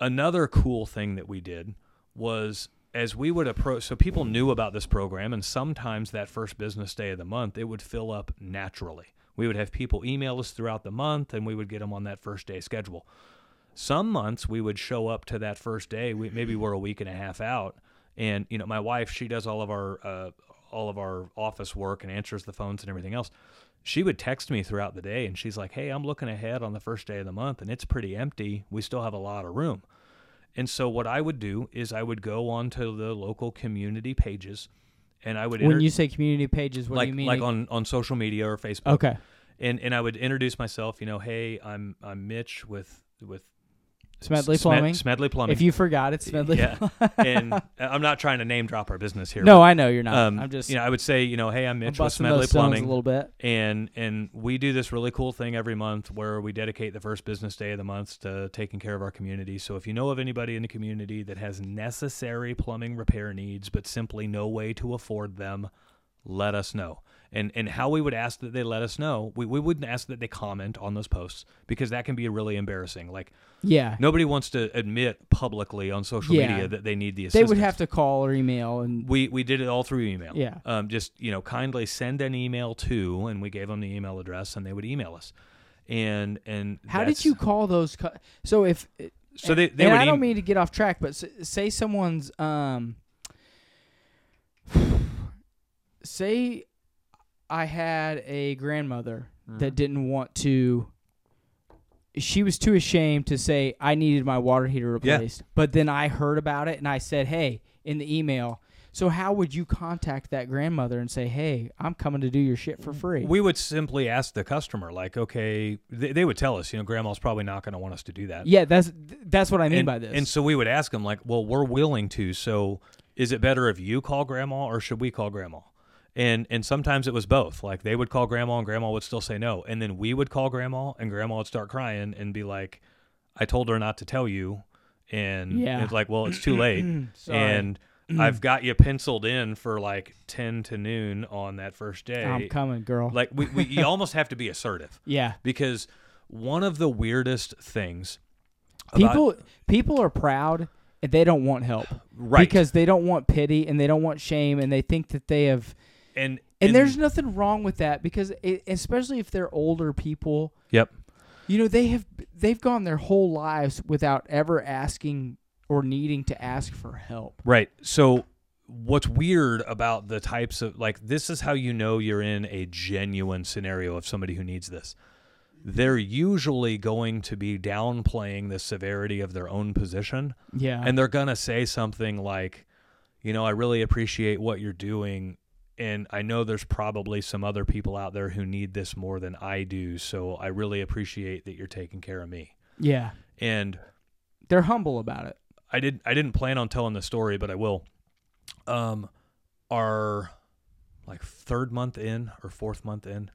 Speaker 1: another cool thing that we did was as we would approach so people knew about this program and sometimes that first business day of the month it would fill up naturally we would have people email us throughout the month and we would get them on that first day schedule some months we would show up to that first day we, maybe we're a week and a half out and you know my wife she does all of our uh, all of our office work and answers the phones and everything else she would text me throughout the day and she's like hey i'm looking ahead on the first day of the month and it's pretty empty we still have a lot of room and so what i would do is i would go onto the local community pages and i would
Speaker 2: When
Speaker 1: enter-
Speaker 2: you say community pages, what
Speaker 1: like
Speaker 2: do you mean?
Speaker 1: like on on social media or facebook
Speaker 2: okay.
Speaker 1: and and I would introduce myself. You know, hey, I'm I'm Mitch with with
Speaker 2: Smedley
Speaker 1: Smed-
Speaker 2: Plumbing.
Speaker 1: Smedley Plumbing.
Speaker 2: If you forgot, it's
Speaker 1: [laughs]
Speaker 2: Smedley.
Speaker 1: yeah,
Speaker 2: [laughs]
Speaker 1: and uh, I'm not trying to name drop our business here.
Speaker 2: No, I know you're not.
Speaker 1: but, um,
Speaker 2: I'm just
Speaker 1: you know, I would say, you know, hey, I'm
Speaker 2: I'm
Speaker 1: Mitch with
Speaker 2: busting
Speaker 1: Smedley
Speaker 2: those stones
Speaker 1: Plumbing,
Speaker 2: a little bit.
Speaker 1: and and we do this really cool thing every month where we dedicate the first business day of the month to taking care of our community. So if you know of anybody in the community that has necessary plumbing repair needs but simply no way to afford them, let us know. And and how we would ask that they let us know, we, we wouldn't ask that they comment on those posts because that can be really embarrassing. Like
Speaker 2: Yeah.
Speaker 1: nobody wants to admit publicly on social
Speaker 2: Yeah.
Speaker 1: media that they need the
Speaker 2: they
Speaker 1: assistance.
Speaker 2: would have to call or email and
Speaker 1: We we did it all through email.
Speaker 2: Yeah.
Speaker 1: Um, just you know, kindly send an email to, and we gave them the email address, and they would email us. And and
Speaker 2: how
Speaker 1: that's-
Speaker 2: did you call those cu- so if
Speaker 1: So they- they
Speaker 2: and
Speaker 1: would
Speaker 2: I don't
Speaker 1: em-
Speaker 2: mean to get off track but s- say someone's um [sighs] say I had a grandmother
Speaker 1: Mm-hmm.
Speaker 2: that didn't want to she was too ashamed to say I needed my water heater
Speaker 1: Yeah.
Speaker 2: replaced. But then I heard about it and I said, "Hey, in the email. So how would you contact that grandmother and say, "Hey, I'm coming to do your shit for free?"
Speaker 1: Mm, We would simply ask the customer, like, okay, they, they would tell us, you know, grandma's probably not going to want us to do that.
Speaker 2: yeah, that's that's what I mean
Speaker 1: and,
Speaker 2: by this.
Speaker 1: And so we would ask them, like, well, we're willing to. So is it better if you call grandma or should we call grandma? And and sometimes it was both. Like they would call grandma and grandma would still say no. And then we would call grandma and grandma would start crying and be like, I told her not to tell you. And
Speaker 2: Yeah.
Speaker 1: it's like, well, it's
Speaker 2: [clears throat]
Speaker 1: too late.
Speaker 2: Sorry. [clears throat]
Speaker 1: and I've got you penciled in for like 10 to noon on that first day.
Speaker 2: I'm coming, girl.
Speaker 1: like we, we you almost have to be assertive
Speaker 2: yeah.
Speaker 1: because one of the weirdest things about-
Speaker 2: People people are proud and they don't want help.
Speaker 1: Right.
Speaker 2: Because they don't want pity and they don't want shame and they think that they have
Speaker 1: and
Speaker 2: and, there's nothing wrong with that because it, especially if they're older people,
Speaker 1: yep
Speaker 2: you know, they have they've gone their whole lives without ever asking or needing to ask for help.
Speaker 1: Right. So what's weird about the types of like this is how you know you're in a genuine scenario of somebody who needs this. They're usually going to be downplaying the severity of their own position
Speaker 2: Yeah.
Speaker 1: and they're going to say something like, you know, I really appreciate what you're doing and I know there's probably some other people out there who need this more than I do, so I really appreciate that you're taking care of me.
Speaker 2: yeah.
Speaker 1: And
Speaker 2: They're humble about it.
Speaker 1: I did I didn't plan on telling the story, but I will. Um our like third month in or fourth month in,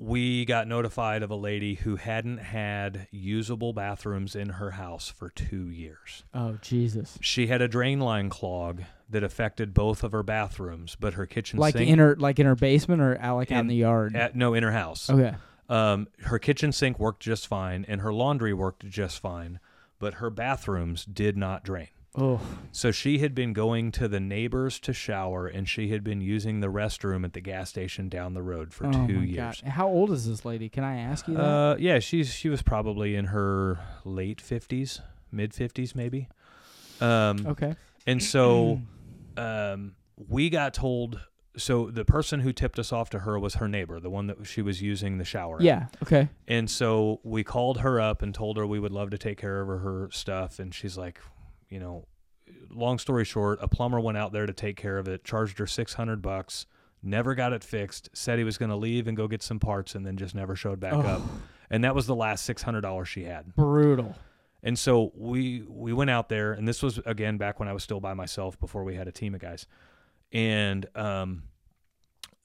Speaker 1: we got notified of a lady who hadn't had usable bathrooms in her house for 2 years.
Speaker 2: Oh, Jesus.
Speaker 1: She had a drain line clog that affected both of her bathrooms, but her kitchen
Speaker 2: Like
Speaker 1: sink
Speaker 2: in her like in her basement or out like out in
Speaker 1: In-
Speaker 2: the yard.
Speaker 1: at, no in her house.
Speaker 2: okay.
Speaker 1: Um, her kitchen sink worked just fine and her laundry worked just fine, but her bathrooms did not drain.
Speaker 2: Oh.
Speaker 1: So she had been going to the neighbors to shower, and she had been using the restroom at the gas station down the road for
Speaker 2: oh
Speaker 1: two
Speaker 2: my
Speaker 1: years.
Speaker 2: God. How old is this lady? Can I ask you that?
Speaker 1: Uh, yeah, she's she was probably in her late fifties, mid fifties maybe. Um,
Speaker 2: okay.
Speaker 1: and
Speaker 2: [clears throat]
Speaker 1: so, um, we got told. So the person who tipped us off to her was her neighbor, the one that she was using the shower. at.
Speaker 2: Yeah. Okay.
Speaker 1: And so we called her up and told her we would love to take care of her stuff. And she's like, you know, long story short, a plumber went out there to take care of it, charged her 600 bucks, never got it fixed, said he was going to leave and go get some parts, and then just never showed back up. And that was the last $600 she had.
Speaker 2: Brutal.
Speaker 1: And so we we went out there, and this was again back when I was still by myself before we had a team of guys. And um,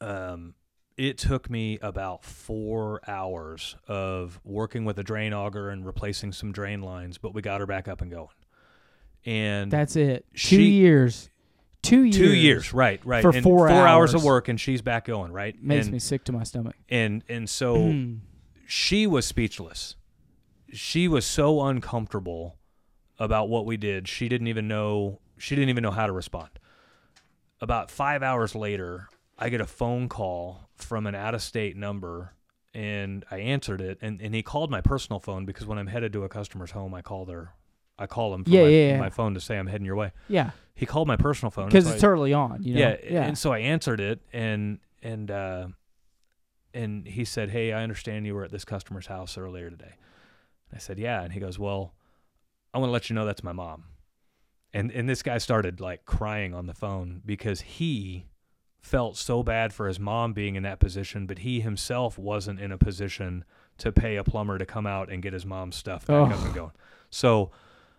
Speaker 1: um, it took me about four hours of working with a drain auger and replacing some drain lines, but we got her back up and going. And
Speaker 2: That's it. two
Speaker 1: She-
Speaker 2: years. Two years.
Speaker 1: two years, right, right,
Speaker 2: For
Speaker 1: and
Speaker 2: four
Speaker 1: hours. of
Speaker 2: hours.
Speaker 1: work, and she's back going, right?
Speaker 2: Makes
Speaker 1: and,
Speaker 2: me sick to my stomach.
Speaker 1: and and so
Speaker 2: Mm.
Speaker 1: she was speechless. She was so uncomfortable about what we did. She didn't even know she didn't even know how to respond. About 5 hours later, I get a phone call from an out-of-state number and I answered it and, and he called my personal phone because when I'm headed to a customer's home, I call their I call them from
Speaker 2: Yeah,
Speaker 1: my,
Speaker 2: yeah, yeah.
Speaker 1: my phone to say I'm heading your way.
Speaker 2: Yeah,
Speaker 1: He called my personal phone.
Speaker 2: because
Speaker 1: so I-
Speaker 2: it's early on. You know?
Speaker 1: yeah, And so I answered it, and and uh, and he said, "Hey, I understand you were at this customer's house earlier today." And I said, "Yeah," and he goes, "Well, I want to let you know that's my mom." And and this guy started like crying on the phone because he felt so bad for his mom being in that position, but he himself wasn't in a position to pay a plumber to come out and get his mom's stuff back up and going. So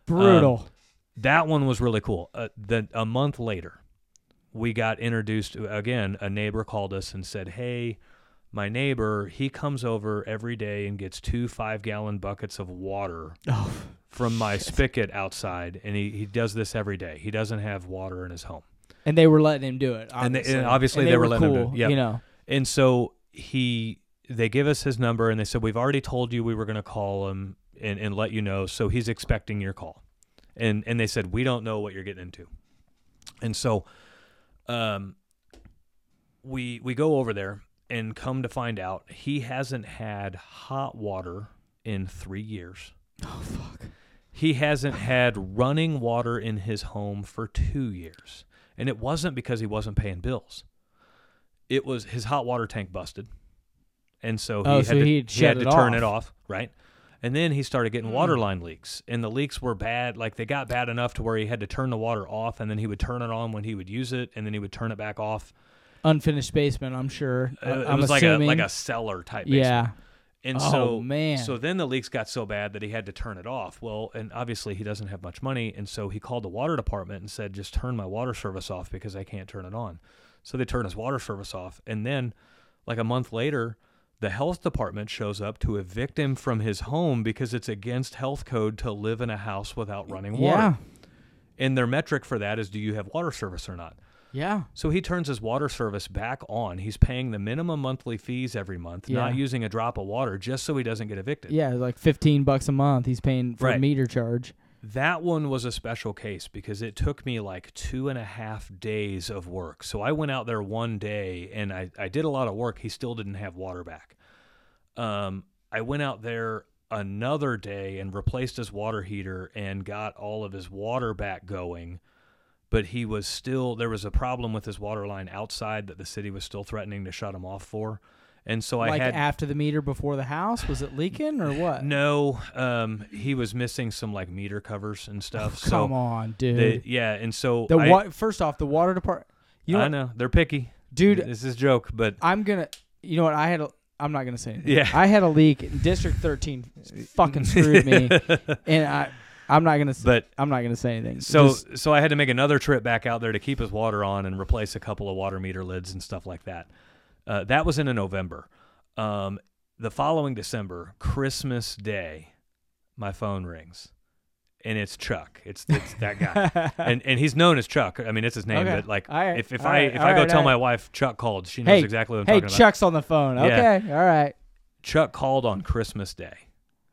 Speaker 2: brutal.
Speaker 1: that one was really cool. Uh, the, a month later, we got introduced uh, again. A neighbor called us and said, "Hey, my neighbor, he comes over every day and gets two five-gallon buckets of water
Speaker 2: oh,
Speaker 1: from my spigot outside, and he, he does this every day. He doesn't have water in his home."
Speaker 2: and they were letting him do it. Obviously.
Speaker 1: And they- and obviously
Speaker 2: And
Speaker 1: they were letting him do it.
Speaker 2: cool,
Speaker 1: Yeah.
Speaker 2: You know.
Speaker 1: And so he they give us his number and they said, We've already told you we were gonna call him and, and let you know, so he's expecting your call. And and they said, We don't know what you're getting into. And so um we we go over there and come to find out he hasn't had hot water in three years.
Speaker 2: Oh fuck.
Speaker 1: He hasn't had running water in his home for two years. And it wasn't because he wasn't paying bills. it was his hot water tank busted, and so he
Speaker 2: Oh,
Speaker 1: had
Speaker 2: so
Speaker 1: to,
Speaker 2: he had
Speaker 1: had
Speaker 2: shut
Speaker 1: to
Speaker 2: it
Speaker 1: turn
Speaker 2: off. Hmm.
Speaker 1: it off, right? And then he started getting water line leaks, and the leaks were bad. Like they got bad enough to where he had to turn the water off, and then he would turn it on when he would use it, and then he would turn it back off.
Speaker 2: Unfinished basement, I'm sure. I-
Speaker 1: Uh,
Speaker 2: I'm
Speaker 1: it was
Speaker 2: assuming.
Speaker 1: like a like a cellar type. Basement.
Speaker 2: yeah.
Speaker 1: And
Speaker 2: Oh,
Speaker 1: so
Speaker 2: man.
Speaker 1: so then the leaks got so bad that he had to turn it off. Well, and obviously he doesn't have much money, and so he called the water department and said, "Just turn my water service off because I can't turn it on." So they turn his water service off, and then like a month later, the health department shows up to evict him from his home because it's against health code to live in a house without running water.
Speaker 2: Yeah.
Speaker 1: And their metric for that is do you have water service or not?
Speaker 2: Yeah.
Speaker 1: So he turns his water service back on. He's paying the minimum monthly fees every month, not
Speaker 2: Yeah.
Speaker 1: using a drop of water just so he doesn't get evicted.
Speaker 2: Yeah, like 15 bucks a month he's paying for
Speaker 1: Right.
Speaker 2: meter charge.
Speaker 1: That one was a special case because it took me like two and a half days of work. So I went out there one day and I, I did a lot of work. He still didn't have water back. Um, I went out there another day and replaced his water heater and got all of his water back going. But he was still, there was a problem with his water line outside that the city was still threatening to shut him off for. And so I
Speaker 2: like
Speaker 1: had
Speaker 2: after the meter before the house, was it leaking or what?
Speaker 1: no, um, he was missing some like meter covers and stuff. so
Speaker 2: Come on, dude.
Speaker 1: They, yeah, and so
Speaker 2: the
Speaker 1: I,
Speaker 2: wa- first off, the water department. You know,
Speaker 1: I know they're picky,
Speaker 2: dude,
Speaker 1: This is a joke, but
Speaker 2: I'm gonna. You know what? I had a. I'm not gonna say anything.
Speaker 1: Yeah.
Speaker 2: [laughs] I had a leak. in District 13 fucking
Speaker 1: [laughs]
Speaker 2: screwed me, and I. I'm not gonna. Say,
Speaker 1: But-
Speaker 2: I'm not gonna say anything.
Speaker 1: so
Speaker 2: Just-
Speaker 1: so I had to make another trip back out there to keep his water on and replace a couple of water meter lids and stuff like that. Uh, that was in a November. Um, the following December, Christmas Day, my phone rings, and it's Chuck. It's it's that
Speaker 2: [laughs]
Speaker 1: guy. And, and he's known as Chuck. I mean, it's his name.
Speaker 2: Okay.
Speaker 1: But like,
Speaker 2: All right.
Speaker 1: if, if
Speaker 2: All
Speaker 1: I
Speaker 2: right.
Speaker 1: if
Speaker 2: All
Speaker 1: I go
Speaker 2: right.
Speaker 1: tell
Speaker 2: All
Speaker 1: my
Speaker 2: right.
Speaker 1: wife Chuck called, she knows
Speaker 2: Hey,
Speaker 1: exactly what I'm
Speaker 2: hey,
Speaker 1: talking about.
Speaker 2: Chuck's on the phone.
Speaker 1: Yeah.
Speaker 2: Okay, all right.
Speaker 1: Chuck called on Christmas Day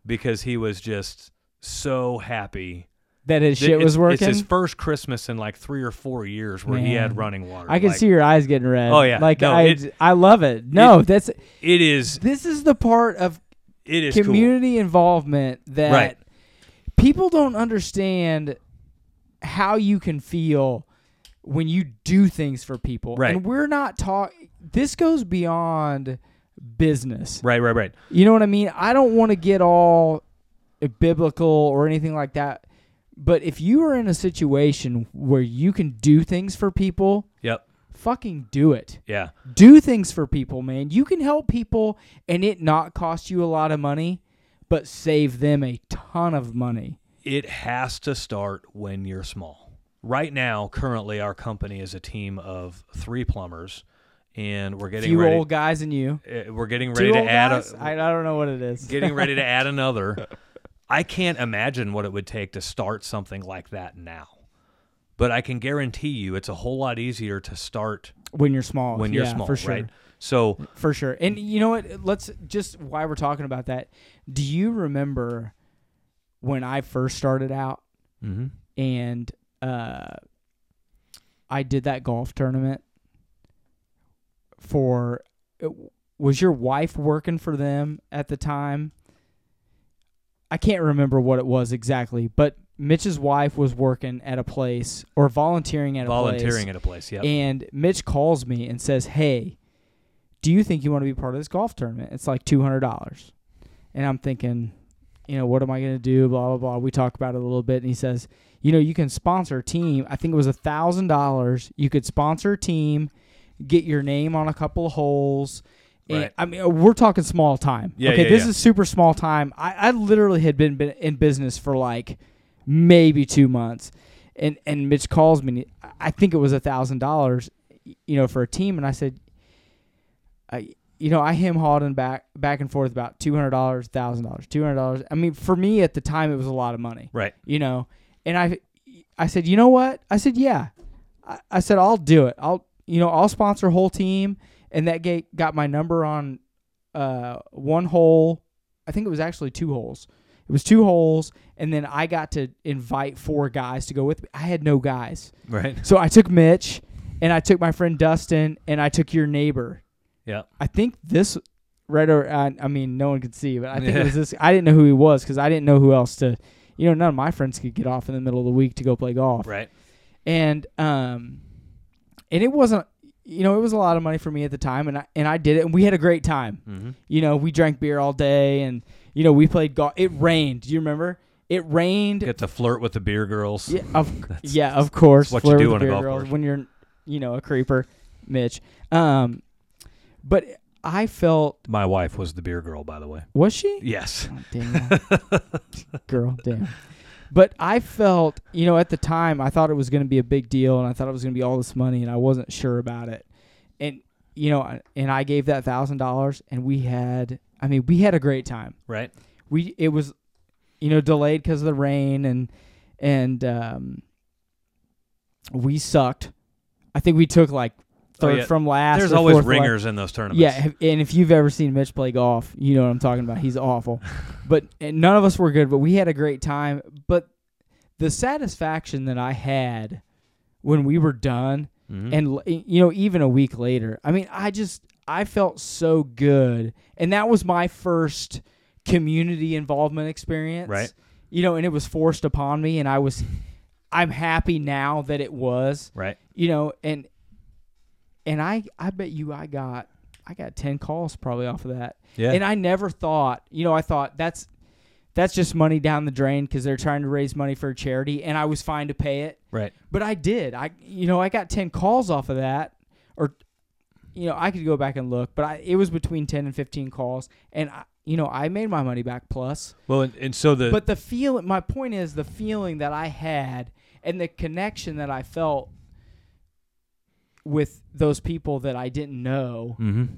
Speaker 1: because he was just so happy.
Speaker 2: That his
Speaker 1: Th-
Speaker 2: shit was
Speaker 1: it's-
Speaker 2: working.
Speaker 1: It's his first Christmas in like three or four years where he
Speaker 2: Man.
Speaker 1: had running water.
Speaker 2: I can
Speaker 1: Like,
Speaker 2: see your eyes getting red.
Speaker 1: Oh, yeah.
Speaker 2: like
Speaker 1: No,
Speaker 2: I,
Speaker 1: it-
Speaker 2: I love it. No, that's
Speaker 1: it is
Speaker 2: this is the part of
Speaker 1: it is cool.
Speaker 2: community involvement that
Speaker 1: Right.
Speaker 2: people don't understand how you can feel when you do things for people.
Speaker 1: Right.
Speaker 2: And we're not talking. This goes beyond business.
Speaker 1: Right, right, right.
Speaker 2: You know what I mean? I don't want to get all biblical or anything like that. But if you are in a situation where you can do things for people,
Speaker 1: Yep.
Speaker 2: fucking do it
Speaker 1: Yeah.
Speaker 2: do things for people, man. You can help people and it not cost you a lot of money, but save them a ton of money.
Speaker 1: It has to start when you're small. Right now, currently, our company is a team of three plumbers, and we're getting
Speaker 2: Few
Speaker 1: ready.
Speaker 2: old guys and you.
Speaker 1: uh, we're getting
Speaker 2: Two
Speaker 1: ready to
Speaker 2: old
Speaker 1: add.
Speaker 2: guys?
Speaker 1: a,
Speaker 2: I I don't know what it is.
Speaker 1: getting ready
Speaker 2: [laughs]
Speaker 1: to add another. I can't imagine what it would take to start something like that now. But I can guarantee you it's a whole lot easier to start
Speaker 2: when you're small.
Speaker 1: when you're
Speaker 2: Oh, yeah,
Speaker 1: small,
Speaker 2: for sure.
Speaker 1: right? So,
Speaker 2: For sure. And you know what? Let's just why we're talking about that. Do you remember when I first started out
Speaker 1: mm-hmm.
Speaker 2: and uh, I did that golf tournament for. uh, Was your wife working for them at the time? I can't remember what it was exactly, but Mitch's wife was working at a place or volunteering at a
Speaker 1: volunteering
Speaker 2: place.
Speaker 1: at a place, yeah.
Speaker 2: And Mitch calls me and says, Hey, do you think you want to be part of this golf tournament? It's like $200. And I'm thinking, you know, what am I going to do? Blah, blah, blah. We talk about it a little bit. And he says, You know, you can sponsor a team. I think it was a $1,000. You could sponsor a team, get your name on a couple of holes. And,
Speaker 1: Right.
Speaker 2: I mean, we're talking small time.
Speaker 1: Yeah,
Speaker 2: okay,
Speaker 1: yeah,
Speaker 2: this
Speaker 1: yeah.
Speaker 2: is super small time. I, I literally had been, been in business for like maybe two months, and and Mitch calls me. and I think it was a thousand dollars, you know, for a team, and I said, I you know I him hawed and back back and forth about two hundred dollars, thousand dollars, two hundred dollars. I mean, for me at the time, it was a lot of money
Speaker 1: Right.
Speaker 2: you know and i i said you know what i said yeah i, I said i'll do it i'll you know i'll sponsor a whole team and that gate got my number on uh one hole i think it was actually two holes it was two holes and then i got to invite four guys to go with me i had no guys
Speaker 1: Right.
Speaker 2: so i took mitch and i took my friend dustin and i took your neighbor
Speaker 1: Yeah.
Speaker 2: i think this right over I, I mean no one could see but i think
Speaker 1: Yeah.
Speaker 2: it was this i didn't know who he was because i didn't know who else to you know, none of my friends could get off in the middle of the week to go play golf.
Speaker 1: Right.
Speaker 2: And um and it wasn't you know, it was a lot of money for me at the time, and I and I did it, and we had a great time.
Speaker 1: Mm-hmm.
Speaker 2: You know, we drank beer all day, and you know, we played golf. It rained. Do you remember? It rained.
Speaker 1: Get to flirt with the beer girls.
Speaker 2: Yeah, of
Speaker 1: [laughs]
Speaker 2: yeah, of course.
Speaker 1: what you
Speaker 2: flirt
Speaker 1: do
Speaker 2: with
Speaker 1: on a
Speaker 2: beer
Speaker 1: golf
Speaker 2: girls
Speaker 1: course.
Speaker 2: when you're, you know, a creeper, Mitch. Um, but I felt
Speaker 1: My wife was the beer girl, by the way.
Speaker 2: was [laughs] she?
Speaker 1: Yes.
Speaker 2: Oh, damn, girl, damn. But I felt, you know, at the time, I thought it was going to be a big deal, and I thought it was going to be all this money, and I wasn't sure about it. And you know, I- and I gave that thousand dollars, and we had, I mean, we had a great time.
Speaker 1: Right.
Speaker 2: we it was you know delayed because of the rain and and um we sucked i think we took like
Speaker 1: Oh,
Speaker 2: third
Speaker 1: yeah.
Speaker 2: from last
Speaker 1: There's
Speaker 2: or
Speaker 1: always
Speaker 2: fourth from last.
Speaker 1: ringers in those tournaments.
Speaker 2: yeah have- and if you've ever seen mitch play golf you know what i'm talking about
Speaker 1: [laughs]
Speaker 2: he's awful but and none of us were good but we had a great time but the satisfaction that i had when we were done
Speaker 1: Mhm.
Speaker 2: and l- you know even a week later i mean i just i felt so good and that was my first community involvement experience
Speaker 1: Right.
Speaker 2: you know and it was forced upon me and i was i'm happy now that it was
Speaker 1: right.
Speaker 2: you know and and i i bet you i got i got 10 calls probably off of that
Speaker 1: Yeah.
Speaker 2: and I never thought, you know, I thought that's that's just money down the drain because they're trying to raise money for a charity, and I was fine to pay it.
Speaker 1: right.
Speaker 2: But I did. I, you know, I got ten calls off of that, or, you know, I could go back and look, but I, it was between ten and fifteen calls, and I, you know, I made my money back plus.
Speaker 1: Well, and, and so the
Speaker 2: But the feel, my point is the feeling that I had and the connection that I felt with those people that I didn't know
Speaker 1: Mhm.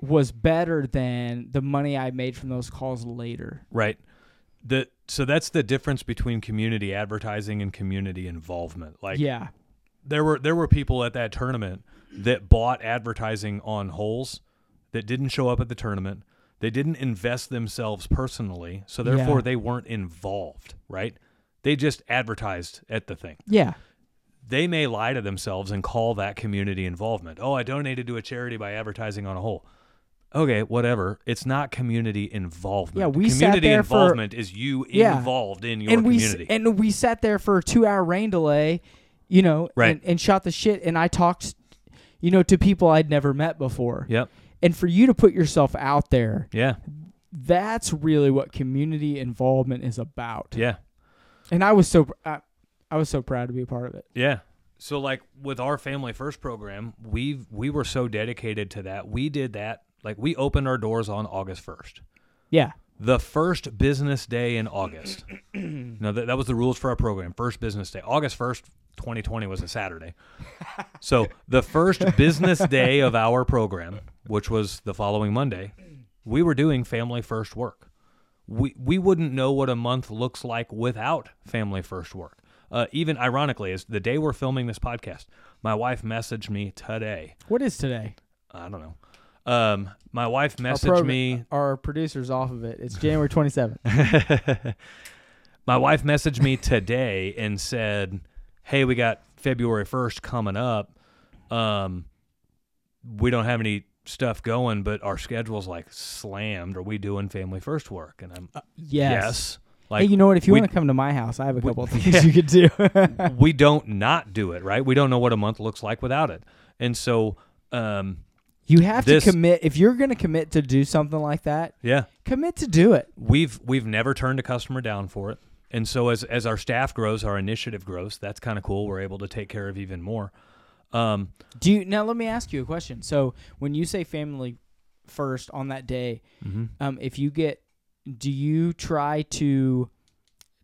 Speaker 2: was better than the money I made from those calls later.
Speaker 1: Right. The so that's the difference between community advertising and community involvement. Like
Speaker 2: yeah.
Speaker 1: there were there were people at that tournament that bought advertising on holes that didn't show up at the tournament. They didn't invest themselves personally, so therefore
Speaker 2: Yeah.
Speaker 1: they weren't involved, right? They just advertised at the thing.
Speaker 2: Yeah.
Speaker 1: They may lie to themselves and call that community involvement. Oh, I donated to a charity by advertising on a hole. Okay, whatever. It's not community involvement.
Speaker 2: Yeah, we sat
Speaker 1: community
Speaker 2: there for-
Speaker 1: involvement is you
Speaker 2: Yeah.
Speaker 1: involved in your
Speaker 2: And we s-
Speaker 1: community.
Speaker 2: and we sat there for a 2-hour rain delay, you know,
Speaker 1: Right.
Speaker 2: and, and shot the shit and I talked you know to people I'd never met before.
Speaker 1: yep.
Speaker 2: And for you to put yourself out there,
Speaker 1: Yeah.
Speaker 2: that's really what community involvement is about.
Speaker 1: Yeah.
Speaker 2: And I was so pr- I, I was so proud to be a part of it.
Speaker 1: Yeah. So like with our Family First program, we we were so dedicated to that. We did that. Like we opened our doors on August 1st.
Speaker 2: Yeah.
Speaker 1: The first business day in August. no, that, that was the rules for our program. First business day. August 1st, 2020 was a Saturday. so the first business day of our program, which was the following Monday, we were doing Family First work we we wouldn't know what a month looks like without family first work. Uh, even ironically, is the day we're filming this podcast, my wife messaged me today.
Speaker 2: What is today?
Speaker 1: I don't know. Um, my wife
Speaker 2: Our
Speaker 1: messaged
Speaker 2: prog-
Speaker 1: me.
Speaker 2: Our producers off of it. It's January
Speaker 1: [laughs]
Speaker 2: Uh, 27th.
Speaker 1: my wife messaged me today and said, "Hey, we got February first coming up. Um, we don't have any stuff going, but our schedule's like slammed. Are we doing family first work?" And I'm
Speaker 2: yes.
Speaker 1: yes. Like
Speaker 2: hey, you know what? If you
Speaker 1: we-
Speaker 2: want to come to my house, I have a
Speaker 1: [laughs]
Speaker 2: couple of things you could do. [laughs]
Speaker 1: we don't not do it, right? We don't know what a month looks like without it. And so, um,
Speaker 2: you have
Speaker 1: This-
Speaker 2: to commit. If you're going to commit to do something like that,
Speaker 1: yeah,
Speaker 2: commit to do it.
Speaker 1: we've we've never turned a customer down for it. And so, as as our staff grows, our initiative grows. That's kind of cool. We're able to take care of even more. Um,
Speaker 2: Do you now? Let me ask you a question. So, when you say family first on that day, um, if you get, do you try to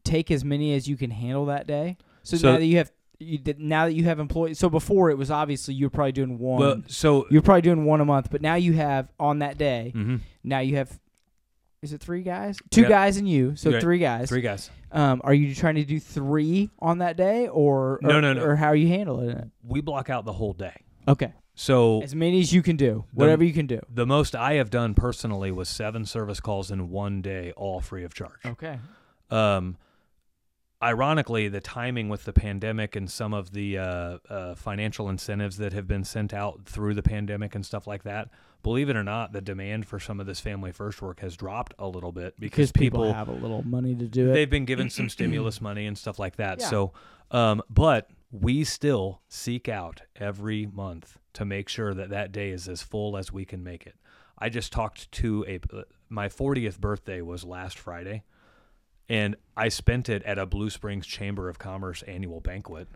Speaker 2: take as many as you can handle that day? So,
Speaker 1: So-
Speaker 2: now that you have, you, that now that you have employees. So before it was obviously you were probably doing one.
Speaker 1: but so
Speaker 2: you're probably doing one a month, but now you have on that day.
Speaker 1: mhm,
Speaker 2: Now you have, is it three guys? Two
Speaker 1: Yeah.
Speaker 2: guys and you, so
Speaker 1: Right.
Speaker 2: three guys.
Speaker 1: three guys.
Speaker 2: Um, are you trying to do three on that day, or, or
Speaker 1: No, no, no.
Speaker 2: or how are you handling it?
Speaker 1: We block out the whole day.
Speaker 2: Okay,
Speaker 1: So
Speaker 2: as many as you can do, whatever you can do.
Speaker 1: the most I have done personally was seven service calls in one day, all free of charge.
Speaker 2: Okay.
Speaker 1: Um, ironically, the timing with the pandemic and some of the uh, uh, financial incentives that have been sent out through the pandemic and stuff like that, believe it or not, the demand for some of this family first work has dropped a little bit because,
Speaker 2: Because people, have a little money to do it.
Speaker 1: they've been given
Speaker 2: [clears throat]
Speaker 1: some stimulus money and stuff like that.
Speaker 2: Yeah.
Speaker 1: So, um, but we still seek out every month to make sure that that day is as full as we can make it. I just talked to a my 40th birthday was last Friday and I spent it at a Blue Springs Chamber of Commerce annual banquet.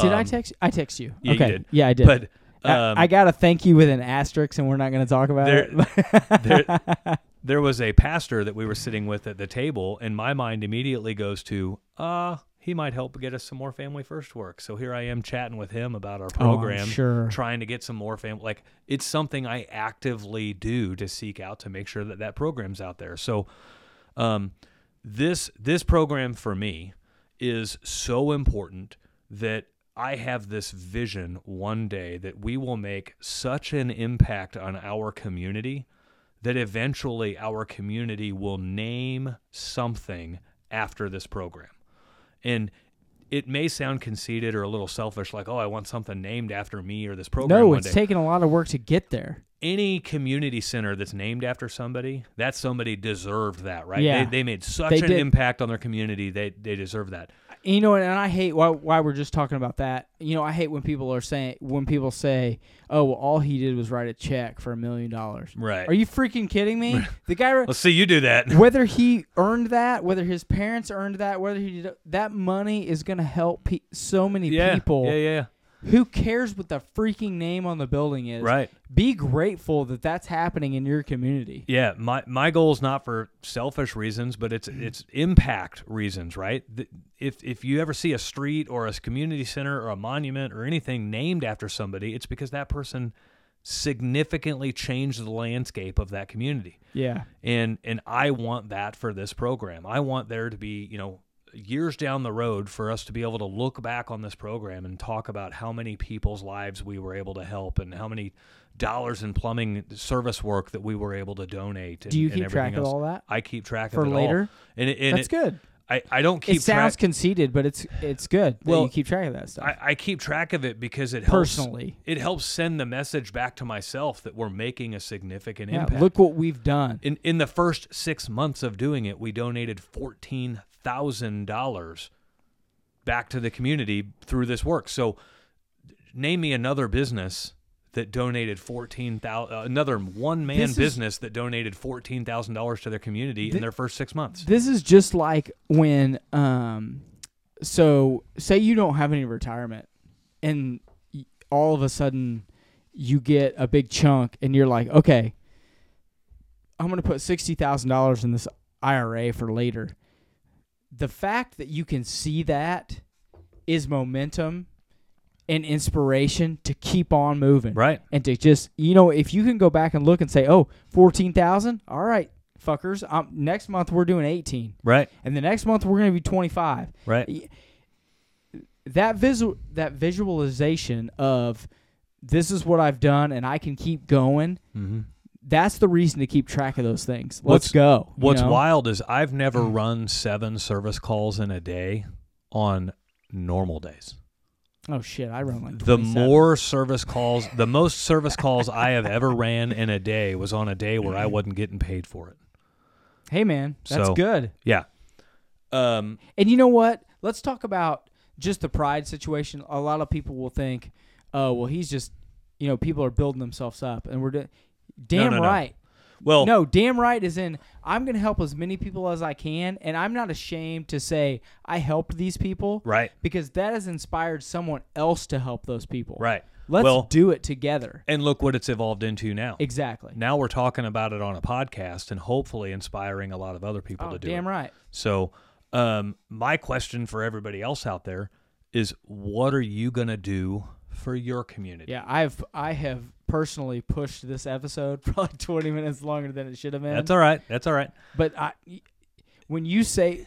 Speaker 2: Did I
Speaker 1: Um,
Speaker 2: text? I text you.
Speaker 1: yeah, you
Speaker 2: okay.
Speaker 1: did.
Speaker 2: Yeah, I did.
Speaker 1: But
Speaker 2: I-
Speaker 1: um,
Speaker 2: I, gotta thank you with an asterisk, and we're not gonna talk
Speaker 1: [laughs]
Speaker 2: about [laughs]
Speaker 1: There-
Speaker 2: it. Oh, [laughs]
Speaker 1: there- there was a pastor that we were sitting with at the table, and my mind immediately goes to, uh, he might help get us some more Family First work. So here I am chatting with him about our
Speaker 2: Oh, I'm
Speaker 1: program,
Speaker 2: sure.
Speaker 1: trying to get some more family. Like it's something I actively do to seek out to make sure that that program's out there. So, um, this this program for me is so important that I have this vision one day that we will make such an impact on our community that eventually our community will name something after this program. And it may sound conceited or a little selfish, like, oh, I want something named after me or this program.
Speaker 2: no,
Speaker 1: one
Speaker 2: it's
Speaker 1: day."
Speaker 2: taken a lot of work to get there.
Speaker 1: any community center that's named after somebody, that somebody deserved that, right?
Speaker 2: Yeah.
Speaker 1: They, they made such
Speaker 2: They
Speaker 1: an
Speaker 2: did.
Speaker 1: impact on their community. They they deserve that.
Speaker 2: You know, and I hate why, why we're just talking about that. You know, I hate when people are saying when people say, "Oh, well, all he did was write a check for a million dollars."
Speaker 1: Right.
Speaker 2: Are you freaking
Speaker 1: [laughs]
Speaker 2: kidding me? The guy,
Speaker 1: Let's see you do that.
Speaker 2: whether he earned that, whether his parents earned that, whether he did, that money is going to help pe- so many
Speaker 1: [laughs] yeah.
Speaker 2: people.
Speaker 1: Yeah, yeah,
Speaker 2: Who cares what the freaking name on the building is?
Speaker 1: Right.
Speaker 2: Be grateful that that's happening in your community.
Speaker 1: Yeah, my my goal is not for selfish reasons, but
Speaker 2: Mm.
Speaker 1: it's it's impact reasons, right? Th- If if you ever see a street or a community center or a monument or anything named after somebody, it's because that person significantly changed the landscape of that community.
Speaker 2: Yeah.
Speaker 1: and and I want that for this program. I want there to be, you know, years down the road for us to be able to look back on this program and talk about how many people's lives we were able to help and how many dollars in plumbing service work that we were able to donate. And,
Speaker 2: Do you
Speaker 1: and
Speaker 2: keep
Speaker 1: everything
Speaker 2: track of
Speaker 1: else.
Speaker 2: all that?
Speaker 1: I keep track
Speaker 2: For
Speaker 1: of it
Speaker 2: later?
Speaker 1: All. And it, and
Speaker 2: that's
Speaker 1: it,
Speaker 2: good.
Speaker 1: I I don't keep
Speaker 2: It sounds
Speaker 1: track.
Speaker 2: conceited, but it's it's good that
Speaker 1: Well,
Speaker 2: you keep track of that stuff.
Speaker 1: I, I keep track of it because it helps
Speaker 2: Personally.
Speaker 1: It helps send the message back to myself that we're making a significant
Speaker 2: Yeah,
Speaker 1: impact.
Speaker 2: look what we've done.
Speaker 1: in in the first six months of doing it, we donated fourteen thousand dollars back to the community through this work. So, name me another business that donated fourteen thousand, uh, another one man
Speaker 2: This is-
Speaker 1: business that donated fourteen thousand dollars to their community
Speaker 2: Thi-
Speaker 1: in their first six months.
Speaker 2: This is just like when, um, so say you don't have any retirement, and y- all of a sudden you get a big chunk, and you're like, okay, I'm gonna put sixty thousand dollars in this IRA for later. The fact that you can see that is momentum and inspiration to keep on moving
Speaker 1: Right.
Speaker 2: and to just you know if you can go back and look and say oh 14000 all right fuckers um, next month we're doing 18
Speaker 1: Right.
Speaker 2: and the next month we're going to be 25
Speaker 1: Right.
Speaker 2: that visual that visualization of this is what i've done and i can keep going
Speaker 1: Mm-hmm.
Speaker 2: that's the reason to keep track of those things let's
Speaker 1: What's-
Speaker 2: go you
Speaker 1: What's
Speaker 2: know? Mm.
Speaker 1: wild is I've never run seven service calls in a day on normal days.
Speaker 2: oh shit i run like
Speaker 1: the
Speaker 2: 27.
Speaker 1: more service calls, the most service calls I have ever ran in a day was on a day where I wasn't getting paid for it.
Speaker 2: hey man that's
Speaker 1: So-
Speaker 2: good
Speaker 1: Yeah. Um.
Speaker 2: And you know what? Let's talk about just the pride situation. A lot of people will think, "Oh, well, he's just, you know, people are building themselves up, and we're doing." Damn
Speaker 1: no, Oh. no.
Speaker 2: right.
Speaker 1: Well.
Speaker 2: No, damn right is in. I'm going to help as many people as I can, and I'm not ashamed to say I helped these people
Speaker 1: Right.
Speaker 2: because that has inspired someone else to help those people.
Speaker 1: Right.
Speaker 2: Let's
Speaker 1: well,
Speaker 2: do it together.
Speaker 1: and look what it's evolved into now.
Speaker 2: Exactly.
Speaker 1: Now we're talking about it on a podcast and hopefully inspiring a lot of other people
Speaker 2: Oh,
Speaker 1: to do
Speaker 2: damn
Speaker 1: it.
Speaker 2: right.
Speaker 1: So, um, my question for everybody else out there is, what are you gonna do for your community?
Speaker 2: Yeah, I've I have personally pushed this episode [laughs] probably 20 minutes longer than it should have been.
Speaker 1: That's all right. That's all right.
Speaker 2: But I, when you say,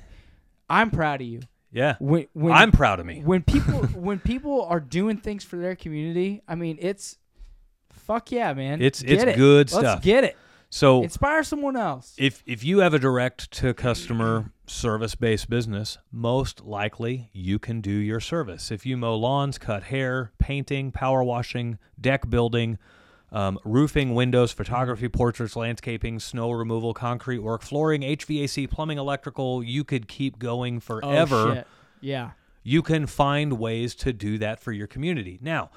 Speaker 2: "I'm proud of you,"
Speaker 1: Yeah.
Speaker 2: when when
Speaker 1: I'm proud of me.
Speaker 2: when people when people are doing things for their community, I mean, it's fuck yeah, man.
Speaker 1: It's-
Speaker 2: Get
Speaker 1: it's
Speaker 2: it.
Speaker 1: good
Speaker 2: Let's
Speaker 1: stuff.
Speaker 2: get it.
Speaker 1: So
Speaker 2: Inspire someone else.
Speaker 1: If if you have a direct to customer service based business, most likely you can do your service. If you mow lawns, cut hair, painting, power washing, deck building, um, roofing, windows, photography, portraits, landscaping, snow removal, concrete work, flooring, HVAC, plumbing, electrical, you could keep going
Speaker 2: Oh,
Speaker 1: forever
Speaker 2: shit. Yeah.
Speaker 1: you can find ways to do that for your community. Now,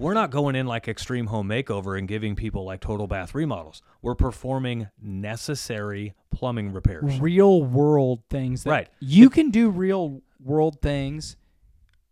Speaker 1: We're not going in like extreme home makeover and giving people like total bath remodels. We're performing necessary plumbing repairs.
Speaker 2: real world things that
Speaker 1: Right.
Speaker 2: you can do real world things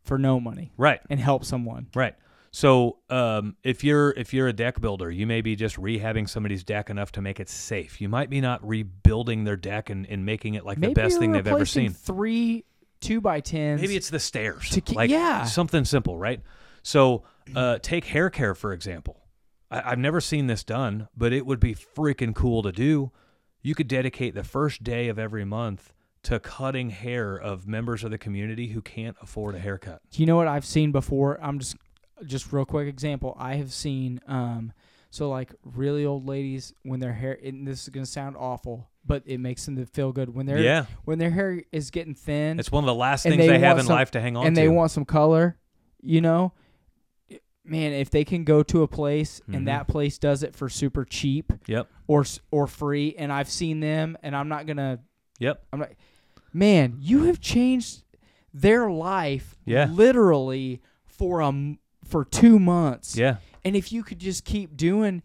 Speaker 2: for no money
Speaker 1: Right.
Speaker 2: and help someone.
Speaker 1: Right. So um, if you're if you're a deck builder, you may be just rehabbing somebody's deck enough to make it safe. You might be not rebuilding their deck and, and making it like
Speaker 2: Maybe
Speaker 1: the best
Speaker 2: you're
Speaker 1: thing they've ever
Speaker 2: replacing
Speaker 1: seen.
Speaker 2: Three two by tens.
Speaker 1: Maybe it's the stairs.
Speaker 2: To keep-
Speaker 1: like
Speaker 2: yeah.
Speaker 1: something simple, right? So uh, take hair care for example. I, I've never seen this done, but it would be freaking cool to do. You could dedicate the first day of every month to cutting hair of members of the community who can't afford a haircut.
Speaker 2: Do you know what I've seen before? I'm just just real quick example. I have seen um so like really old ladies when their hair and this is gonna sound awful, but it makes them feel good when their
Speaker 1: Yeah.
Speaker 2: when their hair is getting thin
Speaker 1: It's one of the last
Speaker 2: And
Speaker 1: things they,
Speaker 2: they
Speaker 1: have
Speaker 2: want
Speaker 1: in
Speaker 2: some-
Speaker 1: life to hang on
Speaker 2: and
Speaker 1: to.
Speaker 2: they want some color, you know. Man, if they can go to a place
Speaker 1: Mhm.
Speaker 2: and that place does it for super cheap
Speaker 1: Yep.
Speaker 2: or s- or free, and I've seen them, and I'm not gonna
Speaker 1: Yep.
Speaker 2: I'm like, man, you have changed their life
Speaker 1: Yeah.
Speaker 2: literally for um for two months.
Speaker 1: Yeah.
Speaker 2: And if you could just keep doing,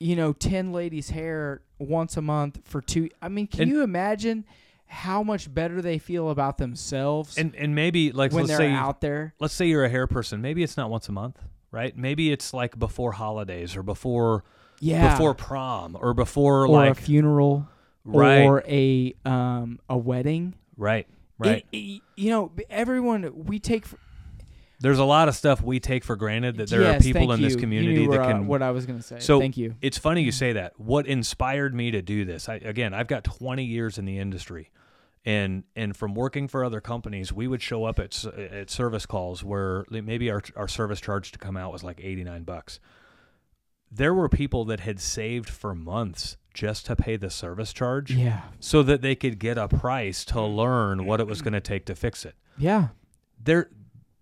Speaker 2: you know, ten ladies' hair once a month for two, I mean, can
Speaker 1: And-
Speaker 2: you imagine how much better they feel about themselves
Speaker 1: And and maybe like
Speaker 2: when
Speaker 1: let's
Speaker 2: they're
Speaker 1: say
Speaker 2: out there?
Speaker 1: let's say you're a hair person. Maybe it's not once a month, right? Maybe it's like before holidays or before
Speaker 2: Yeah,
Speaker 1: before prom or before
Speaker 2: or a
Speaker 1: like
Speaker 2: funeral
Speaker 1: right
Speaker 2: or a um a wedding.
Speaker 1: right right.
Speaker 2: It- it- you know, everyone we take for,
Speaker 1: There's a lot of stuff we take for granted that there
Speaker 2: yes,
Speaker 1: are people
Speaker 2: thank
Speaker 1: in this
Speaker 2: you. You
Speaker 1: community
Speaker 2: knew
Speaker 1: that
Speaker 2: where I-
Speaker 1: can
Speaker 2: what I was going to say.
Speaker 1: So-
Speaker 2: thank you.
Speaker 1: It's funny you say that. What inspired me to do this? I, again, I've got 20 years in the industry, and and from working for other companies, we would show up at s- at service calls where li- maybe our our service charge to come out was like 89 bucks. There were people that had saved for months just to pay the service charge,
Speaker 2: Yeah,
Speaker 1: so that they could get a price to learn what it was going to take to fix it.
Speaker 2: yeah,
Speaker 1: There,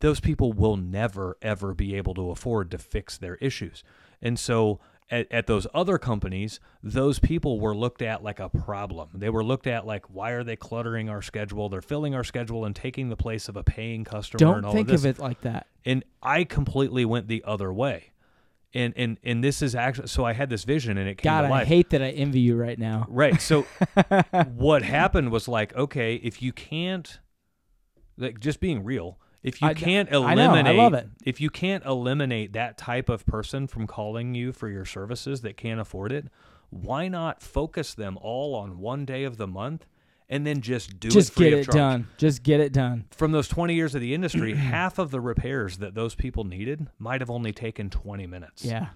Speaker 1: those people will never ever be able to afford to fix their issues and so at, at those other companies those people were looked at like a problem they were looked at like why are they cluttering our schedule they're filling our schedule and taking the place of a paying customer and
Speaker 2: don't
Speaker 1: all
Speaker 2: think
Speaker 1: of this
Speaker 2: of it like that.
Speaker 1: and i completely went the other way and and and this is actually so i had this vision and it came
Speaker 2: God,
Speaker 1: to
Speaker 2: I
Speaker 1: life
Speaker 2: hate that I envy you right now.
Speaker 1: [laughs] Right. So what happened was like, okay, if you can't like just being real, if you
Speaker 2: I-
Speaker 1: can't
Speaker 2: I know, I
Speaker 1: eliminate
Speaker 2: love it.
Speaker 1: if you can't eliminate that type of person from calling you for your services that can't afford it, why not focus them all on one day of the month and then just do it
Speaker 2: Just
Speaker 1: free
Speaker 2: get
Speaker 1: of
Speaker 2: it
Speaker 1: charge?
Speaker 2: done. Just get it done.
Speaker 1: From those 20 years of the
Speaker 2: [clears throat]
Speaker 1: industry, half of the repairs that those people needed might have only taken 20 minutes.
Speaker 2: Yeah,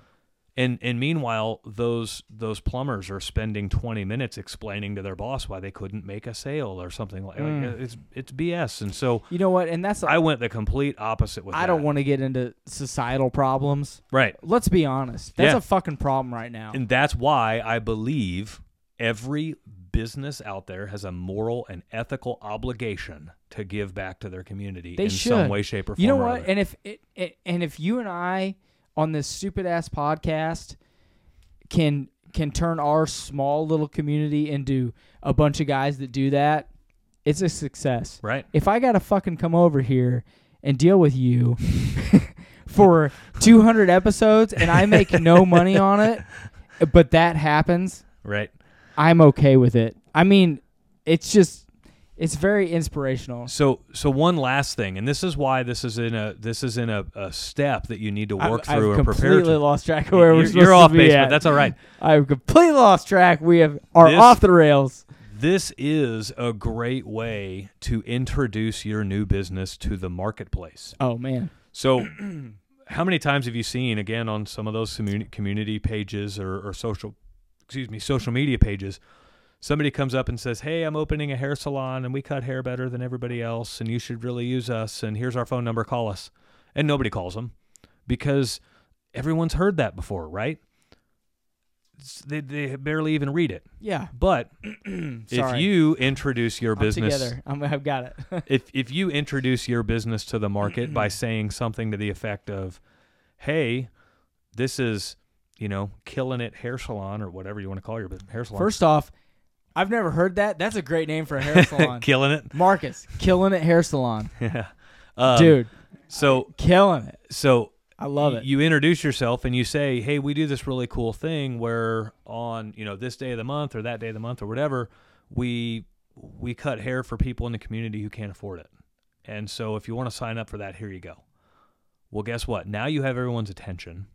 Speaker 1: And and meanwhile, those those plumbers are spending 20 minutes explaining to their boss why they couldn't make a sale or something like, like,
Speaker 2: Mm.
Speaker 1: it's it's BS. And so
Speaker 2: you know what? And that's I
Speaker 1: I went the complete opposite with.
Speaker 2: I
Speaker 1: that.
Speaker 2: don't want to get into societal problems.
Speaker 1: right,
Speaker 2: Let's be honest. That's
Speaker 1: Yeah.
Speaker 2: a fucking problem right now.
Speaker 1: and that's why I believe every business out there has a moral and ethical obligation to give back to their community
Speaker 2: They
Speaker 1: in some
Speaker 2: should.
Speaker 1: way, shape, or form.
Speaker 2: you know
Speaker 1: or
Speaker 2: what?
Speaker 1: other.
Speaker 2: And if it, it, and if you and I on this stupid ass podcast can can turn our small little community into a bunch of guys that do that, it's a success.
Speaker 1: right?
Speaker 2: if I gotta fucking come over here and deal with you [laughs] for 200 episodes and I make no money on it, but that happens,
Speaker 1: Right.
Speaker 2: I'm okay with it. I mean, it's just, it's very inspirational.
Speaker 1: So so one last thing, and this is why this is in a this is in a, a step that you need to work
Speaker 2: I've,
Speaker 1: through
Speaker 2: I've
Speaker 1: and prepare.
Speaker 2: completely
Speaker 1: To.
Speaker 2: lost track of where we're
Speaker 1: you're,
Speaker 2: supposed
Speaker 1: you're off
Speaker 2: to be
Speaker 1: base,
Speaker 2: at.
Speaker 1: but that's all right.
Speaker 2: [laughs] I've completely lost track. We have are
Speaker 1: This-
Speaker 2: off the rails.
Speaker 1: This is a great way to introduce your new business to the marketplace.
Speaker 2: Oh man,
Speaker 1: So, [clears throat] how many times have you seen again on some of those commu- community pages or, or social, excuse me, social media pages? Somebody comes up and says, "Hey, I'm opening a hair salon, and we cut hair better than everybody else, and you should really use us. And here's our phone number. Call us." And nobody calls them because everyone's heard that before, right? It's- They, they barely even read it.
Speaker 2: yeah. [clears throat]
Speaker 1: But
Speaker 2: Sorry.
Speaker 1: [clears throat] if you introduce your
Speaker 2: I'm
Speaker 1: business
Speaker 2: together, I'm, I've got it. [laughs]
Speaker 1: if if you introduce your business to the market
Speaker 2: [clears throat]
Speaker 1: by saying something to the effect of hey this is you know killing it hair salon or whatever you want to call your business hair salon [laughs]
Speaker 2: First off, I've never heard that. That's a great name for a hair salon.
Speaker 1: killing it [laughs]
Speaker 2: Marcus, killing it hair salon,
Speaker 1: Um,
Speaker 2: dude.
Speaker 1: So
Speaker 2: Killing it.
Speaker 1: so
Speaker 2: I love it.
Speaker 1: You introduce yourself and you say, "Hey, we do this really cool thing where on you know this day of the month or that day of the month or whatever, we we cut hair for people in the community who can't afford it. And so if you want to sign up for that, here you go. Well, guess what? Now you have everyone's attention,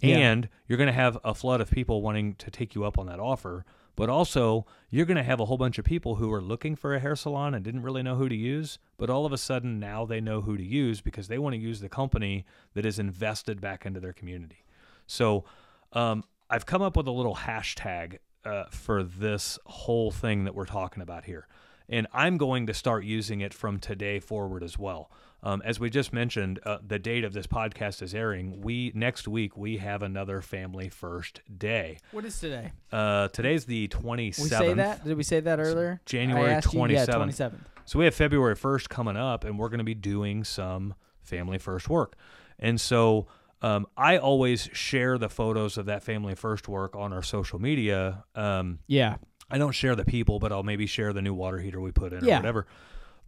Speaker 2: Yeah.
Speaker 1: and you're going to have a flood of people wanting to take you up on that offer. But also, you're going to have a whole bunch of people who are looking for a hair salon and didn't really know who to use. But all of a sudden, now they know who to use because they want to use the company that is invested back into their community. So um, I've come up with a little hashtag uh, for this whole thing that we're talking about here. And I'm going to start using it from today forward as well. Um, as we just mentioned, uh, the date of this podcast is airing. We next week we have another family first day.
Speaker 2: What is today?
Speaker 1: Uh, today's the 27th.
Speaker 2: We say that? Did we say that earlier?
Speaker 1: January
Speaker 2: I asked you- Yeah,
Speaker 1: 27th.
Speaker 2: 27th.
Speaker 1: So we have February 1st coming up, and we're going to be doing some family first work. And so um, I always share the photos of that family first work on our social media. Um,
Speaker 2: Yeah.
Speaker 1: I don't share the people, but I'll maybe share the new water heater we put in
Speaker 2: Yeah.
Speaker 1: or whatever.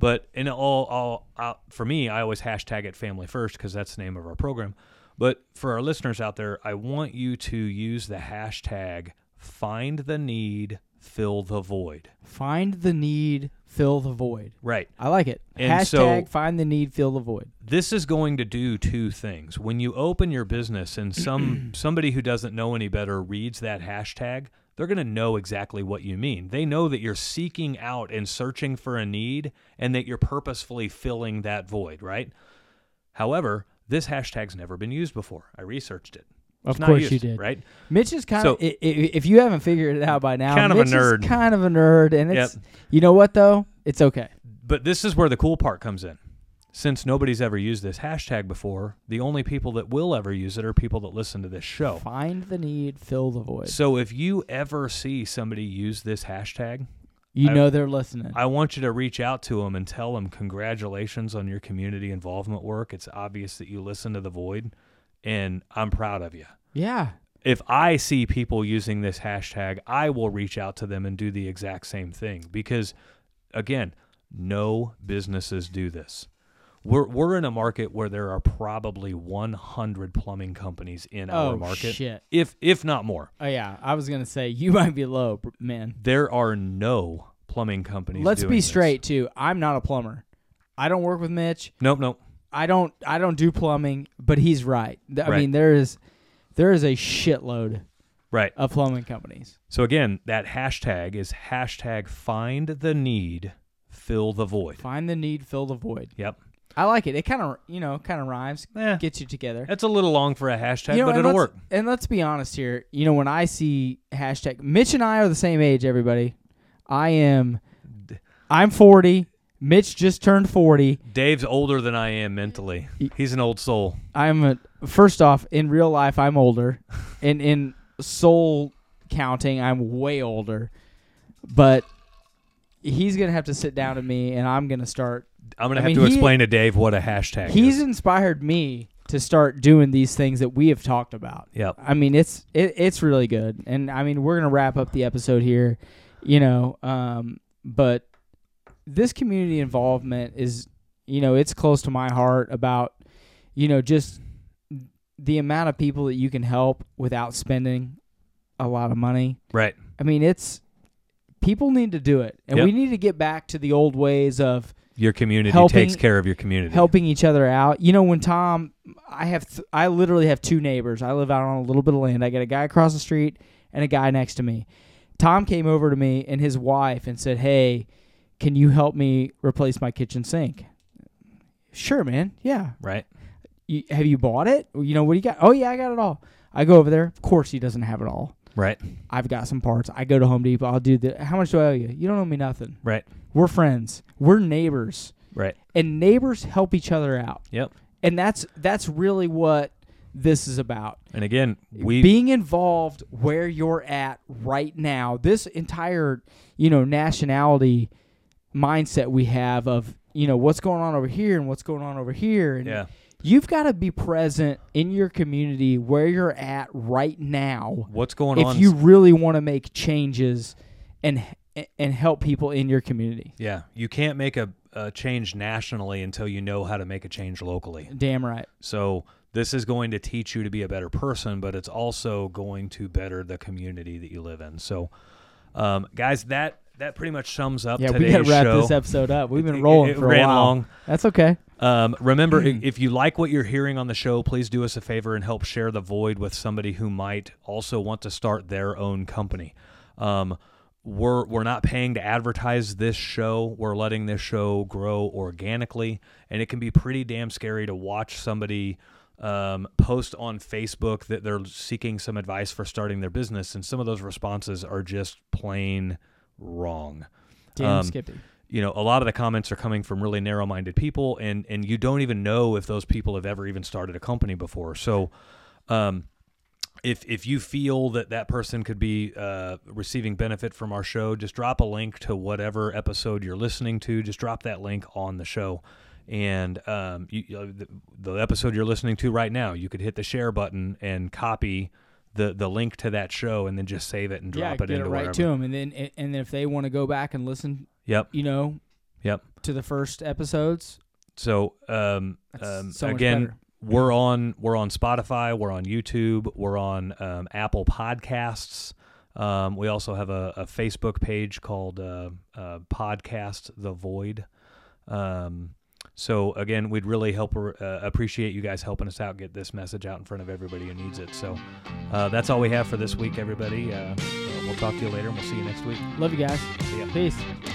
Speaker 1: But in all, all, all, for me, I always hashtag it family first because that's the name of our program. But for our listeners out there, I want you to use the hashtag find the need, fill the void.
Speaker 2: Find the need, fill the void.
Speaker 1: Right.
Speaker 2: I like it.
Speaker 1: And
Speaker 2: Hashtag
Speaker 1: so-
Speaker 2: find the need, fill the void.
Speaker 1: this is going to do two things. When you open your business and
Speaker 2: [clears throat]
Speaker 1: some somebody who doesn't know any better reads that hashtag, they're going to know exactly what you mean. They know that you're seeking out and searching for a need and that you're purposefully filling that void, right? However, this hashtag's never been used before. I researched it.
Speaker 2: Of
Speaker 1: It's not
Speaker 2: course
Speaker 1: used,
Speaker 2: you did.
Speaker 1: right?
Speaker 2: Mitch is kind
Speaker 1: So-
Speaker 2: of, i- i- if you haven't figured it out by now,
Speaker 1: Kind of a
Speaker 2: Mitch is
Speaker 1: nerd.
Speaker 2: kind of a nerd. And
Speaker 1: Yep.
Speaker 2: it's, you know what though? It's okay.
Speaker 1: But this is where the cool part comes in. Since nobody's ever used this hashtag before, the only people that will ever use it are people that listen to this show.
Speaker 2: Find the need, fill the void.
Speaker 1: Oh. So if you ever see somebody use this hashtag,
Speaker 2: You
Speaker 1: I-
Speaker 2: know they're listening.
Speaker 1: I want you to reach out to them and tell them congratulations on your community involvement work. It's obvious that you listen to the void, and I'm proud of you.
Speaker 2: yeah.
Speaker 1: If I see people using this hashtag, I will reach out to them and do the exact same thing because, again, no businesses do this. We're, we're in a market where there are probably 100 plumbing companies in our
Speaker 2: Oh,
Speaker 1: market,
Speaker 2: shit.
Speaker 1: if if not more.
Speaker 2: Oh yeah, I was gonna say you [laughs] might be low, br- man.
Speaker 1: there are no plumbing companies.
Speaker 2: Let's
Speaker 1: doing
Speaker 2: be
Speaker 1: this.
Speaker 2: straight too. I'm not a plumber. I don't work with Mitch.
Speaker 1: Nope, nope.
Speaker 2: I don't. I don't do plumbing. But he's right. Th- I
Speaker 1: Right.
Speaker 2: mean, there is, there is a shitload
Speaker 1: Right.
Speaker 2: of plumbing companies.
Speaker 1: So again, that hashtag is hashtag find the need, fill the void.
Speaker 2: Find the need, fill the void.
Speaker 1: Yep.
Speaker 2: I like it. It kind of, you know, kind of rhymes.
Speaker 1: Eh,
Speaker 2: Gets you together.
Speaker 1: that's a little long for a hashtag,
Speaker 2: You know,
Speaker 1: but
Speaker 2: and
Speaker 1: it'll
Speaker 2: let's-
Speaker 1: work.
Speaker 2: And let's be honest here. You know, when I see hashtag Mitch and I are the same age, everybody. I am. I'm 40. Mitch just turned 40.
Speaker 1: Dave's older than I am mentally. He's an old soul.
Speaker 2: I'm a, first off in real life
Speaker 1: [laughs]
Speaker 2: I'm older, and in soul counting I'm way older, but he's gonna have to sit down to me, and I'm gonna start.
Speaker 1: I'm gonna
Speaker 2: I
Speaker 1: have
Speaker 2: mean,
Speaker 1: to
Speaker 2: he-
Speaker 1: explain to Dave what a hashtag
Speaker 2: He's
Speaker 1: is.
Speaker 2: inspired me to start doing these things that we have talked about.
Speaker 1: Yep.
Speaker 2: I mean it's it, it's really good, and I mean we're gonna wrap up the episode here, you know, um, but this community involvement is you know it's close to my heart about you know just the amount of people that you can help without spending a lot of money
Speaker 1: Right.
Speaker 2: i mean it's people need to do it and
Speaker 1: Yep.
Speaker 2: we need to get back to the old ways of
Speaker 1: Your community
Speaker 2: Helping-
Speaker 1: takes care of your community.
Speaker 2: helping each other out you know when tom i have th- i literally have two neighbors i live out on a little bit of land i got a guy across the street and a guy next to me tom came over to me and his wife and said hey can you help me replace my kitchen sink sure man yeah
Speaker 1: Right.
Speaker 2: you, have you bought it? You know, what do you got? Oh, yeah, I got it all. I go over there. Of course, he doesn't have it all.
Speaker 1: Right.
Speaker 2: I've got some parts. I go to Home Depot. I'll do the. How much do I owe you? You don't owe me nothing.
Speaker 1: Right.
Speaker 2: We're friends. We're neighbors,
Speaker 1: Right.
Speaker 2: and neighbors help each other out.
Speaker 1: Yep.
Speaker 2: And that's that's really what this is about.
Speaker 1: And again, we
Speaker 2: Being involved where you're at right now. This entire you know nationality mindset we have of you know what's going on over here and what's going on over here and
Speaker 1: yeah.
Speaker 2: You've got to be present in your community where you're at right now
Speaker 1: What's going
Speaker 2: if
Speaker 1: on?
Speaker 2: you really want to make changes and and help people in your community.
Speaker 1: Yeah, you can't make a, a change nationally until you know how to make a change locally.
Speaker 2: Damn right.
Speaker 1: So this is going to teach you to be a better person, but it's also going to better the community that you live in. So, um, guys, that that pretty much sums up
Speaker 2: Yeah, we
Speaker 1: today's
Speaker 2: gotta wrap
Speaker 1: show.
Speaker 2: this episode up. We've
Speaker 1: [laughs] It-
Speaker 2: been
Speaker 1: it-
Speaker 2: rolling
Speaker 1: it
Speaker 2: for
Speaker 1: ran
Speaker 2: a while.
Speaker 1: long.
Speaker 2: That's okay.
Speaker 1: Um, remember, i- if you like what you're hearing on the show, please do us a favor and help share the void with somebody who might also want to start their own company. Um, we're we're not paying to advertise this show. We're letting this show grow organically, and it can be pretty damn scary to watch somebody um, post on Facebook that they're seeking some advice for starting their business, and some of those responses are just plain wrong
Speaker 2: Damn,
Speaker 1: Um,
Speaker 2: Skippy.
Speaker 1: you know a lot of the comments are coming from really narrow minded people and and you don't even know if those people have ever even started a company before so um if if you feel that that person could be uh, receiving benefit from our show just drop a link to whatever episode you're listening to just drop that link on the show and um, you, you know, the, the episode you're listening to right now you could hit the share button and copy the the link to that show and then just save it and drop
Speaker 2: yeah,
Speaker 1: it
Speaker 2: get
Speaker 1: into
Speaker 2: it right
Speaker 1: wherever.
Speaker 2: to them, and then and then if they want to go back and listen,
Speaker 1: yep
Speaker 2: you know,
Speaker 1: yep
Speaker 2: to the first episodes.
Speaker 1: So um,
Speaker 2: That's
Speaker 1: um
Speaker 2: so much
Speaker 1: again,
Speaker 2: better.
Speaker 1: we're on we're on Spotify, we're on YouTube, we're on um, Apple Podcasts. Um, we also have a, a Facebook page called uh, uh, Podcast The Void. Um, so again, we'd really help uh, appreciate you guys helping us out get this message out in front of everybody who needs it. So uh, that's all we have for this week, everybody. Uh, we'll talk to you later, and we'll see you next week.
Speaker 2: Love you guys.
Speaker 1: See ya.
Speaker 2: Peace.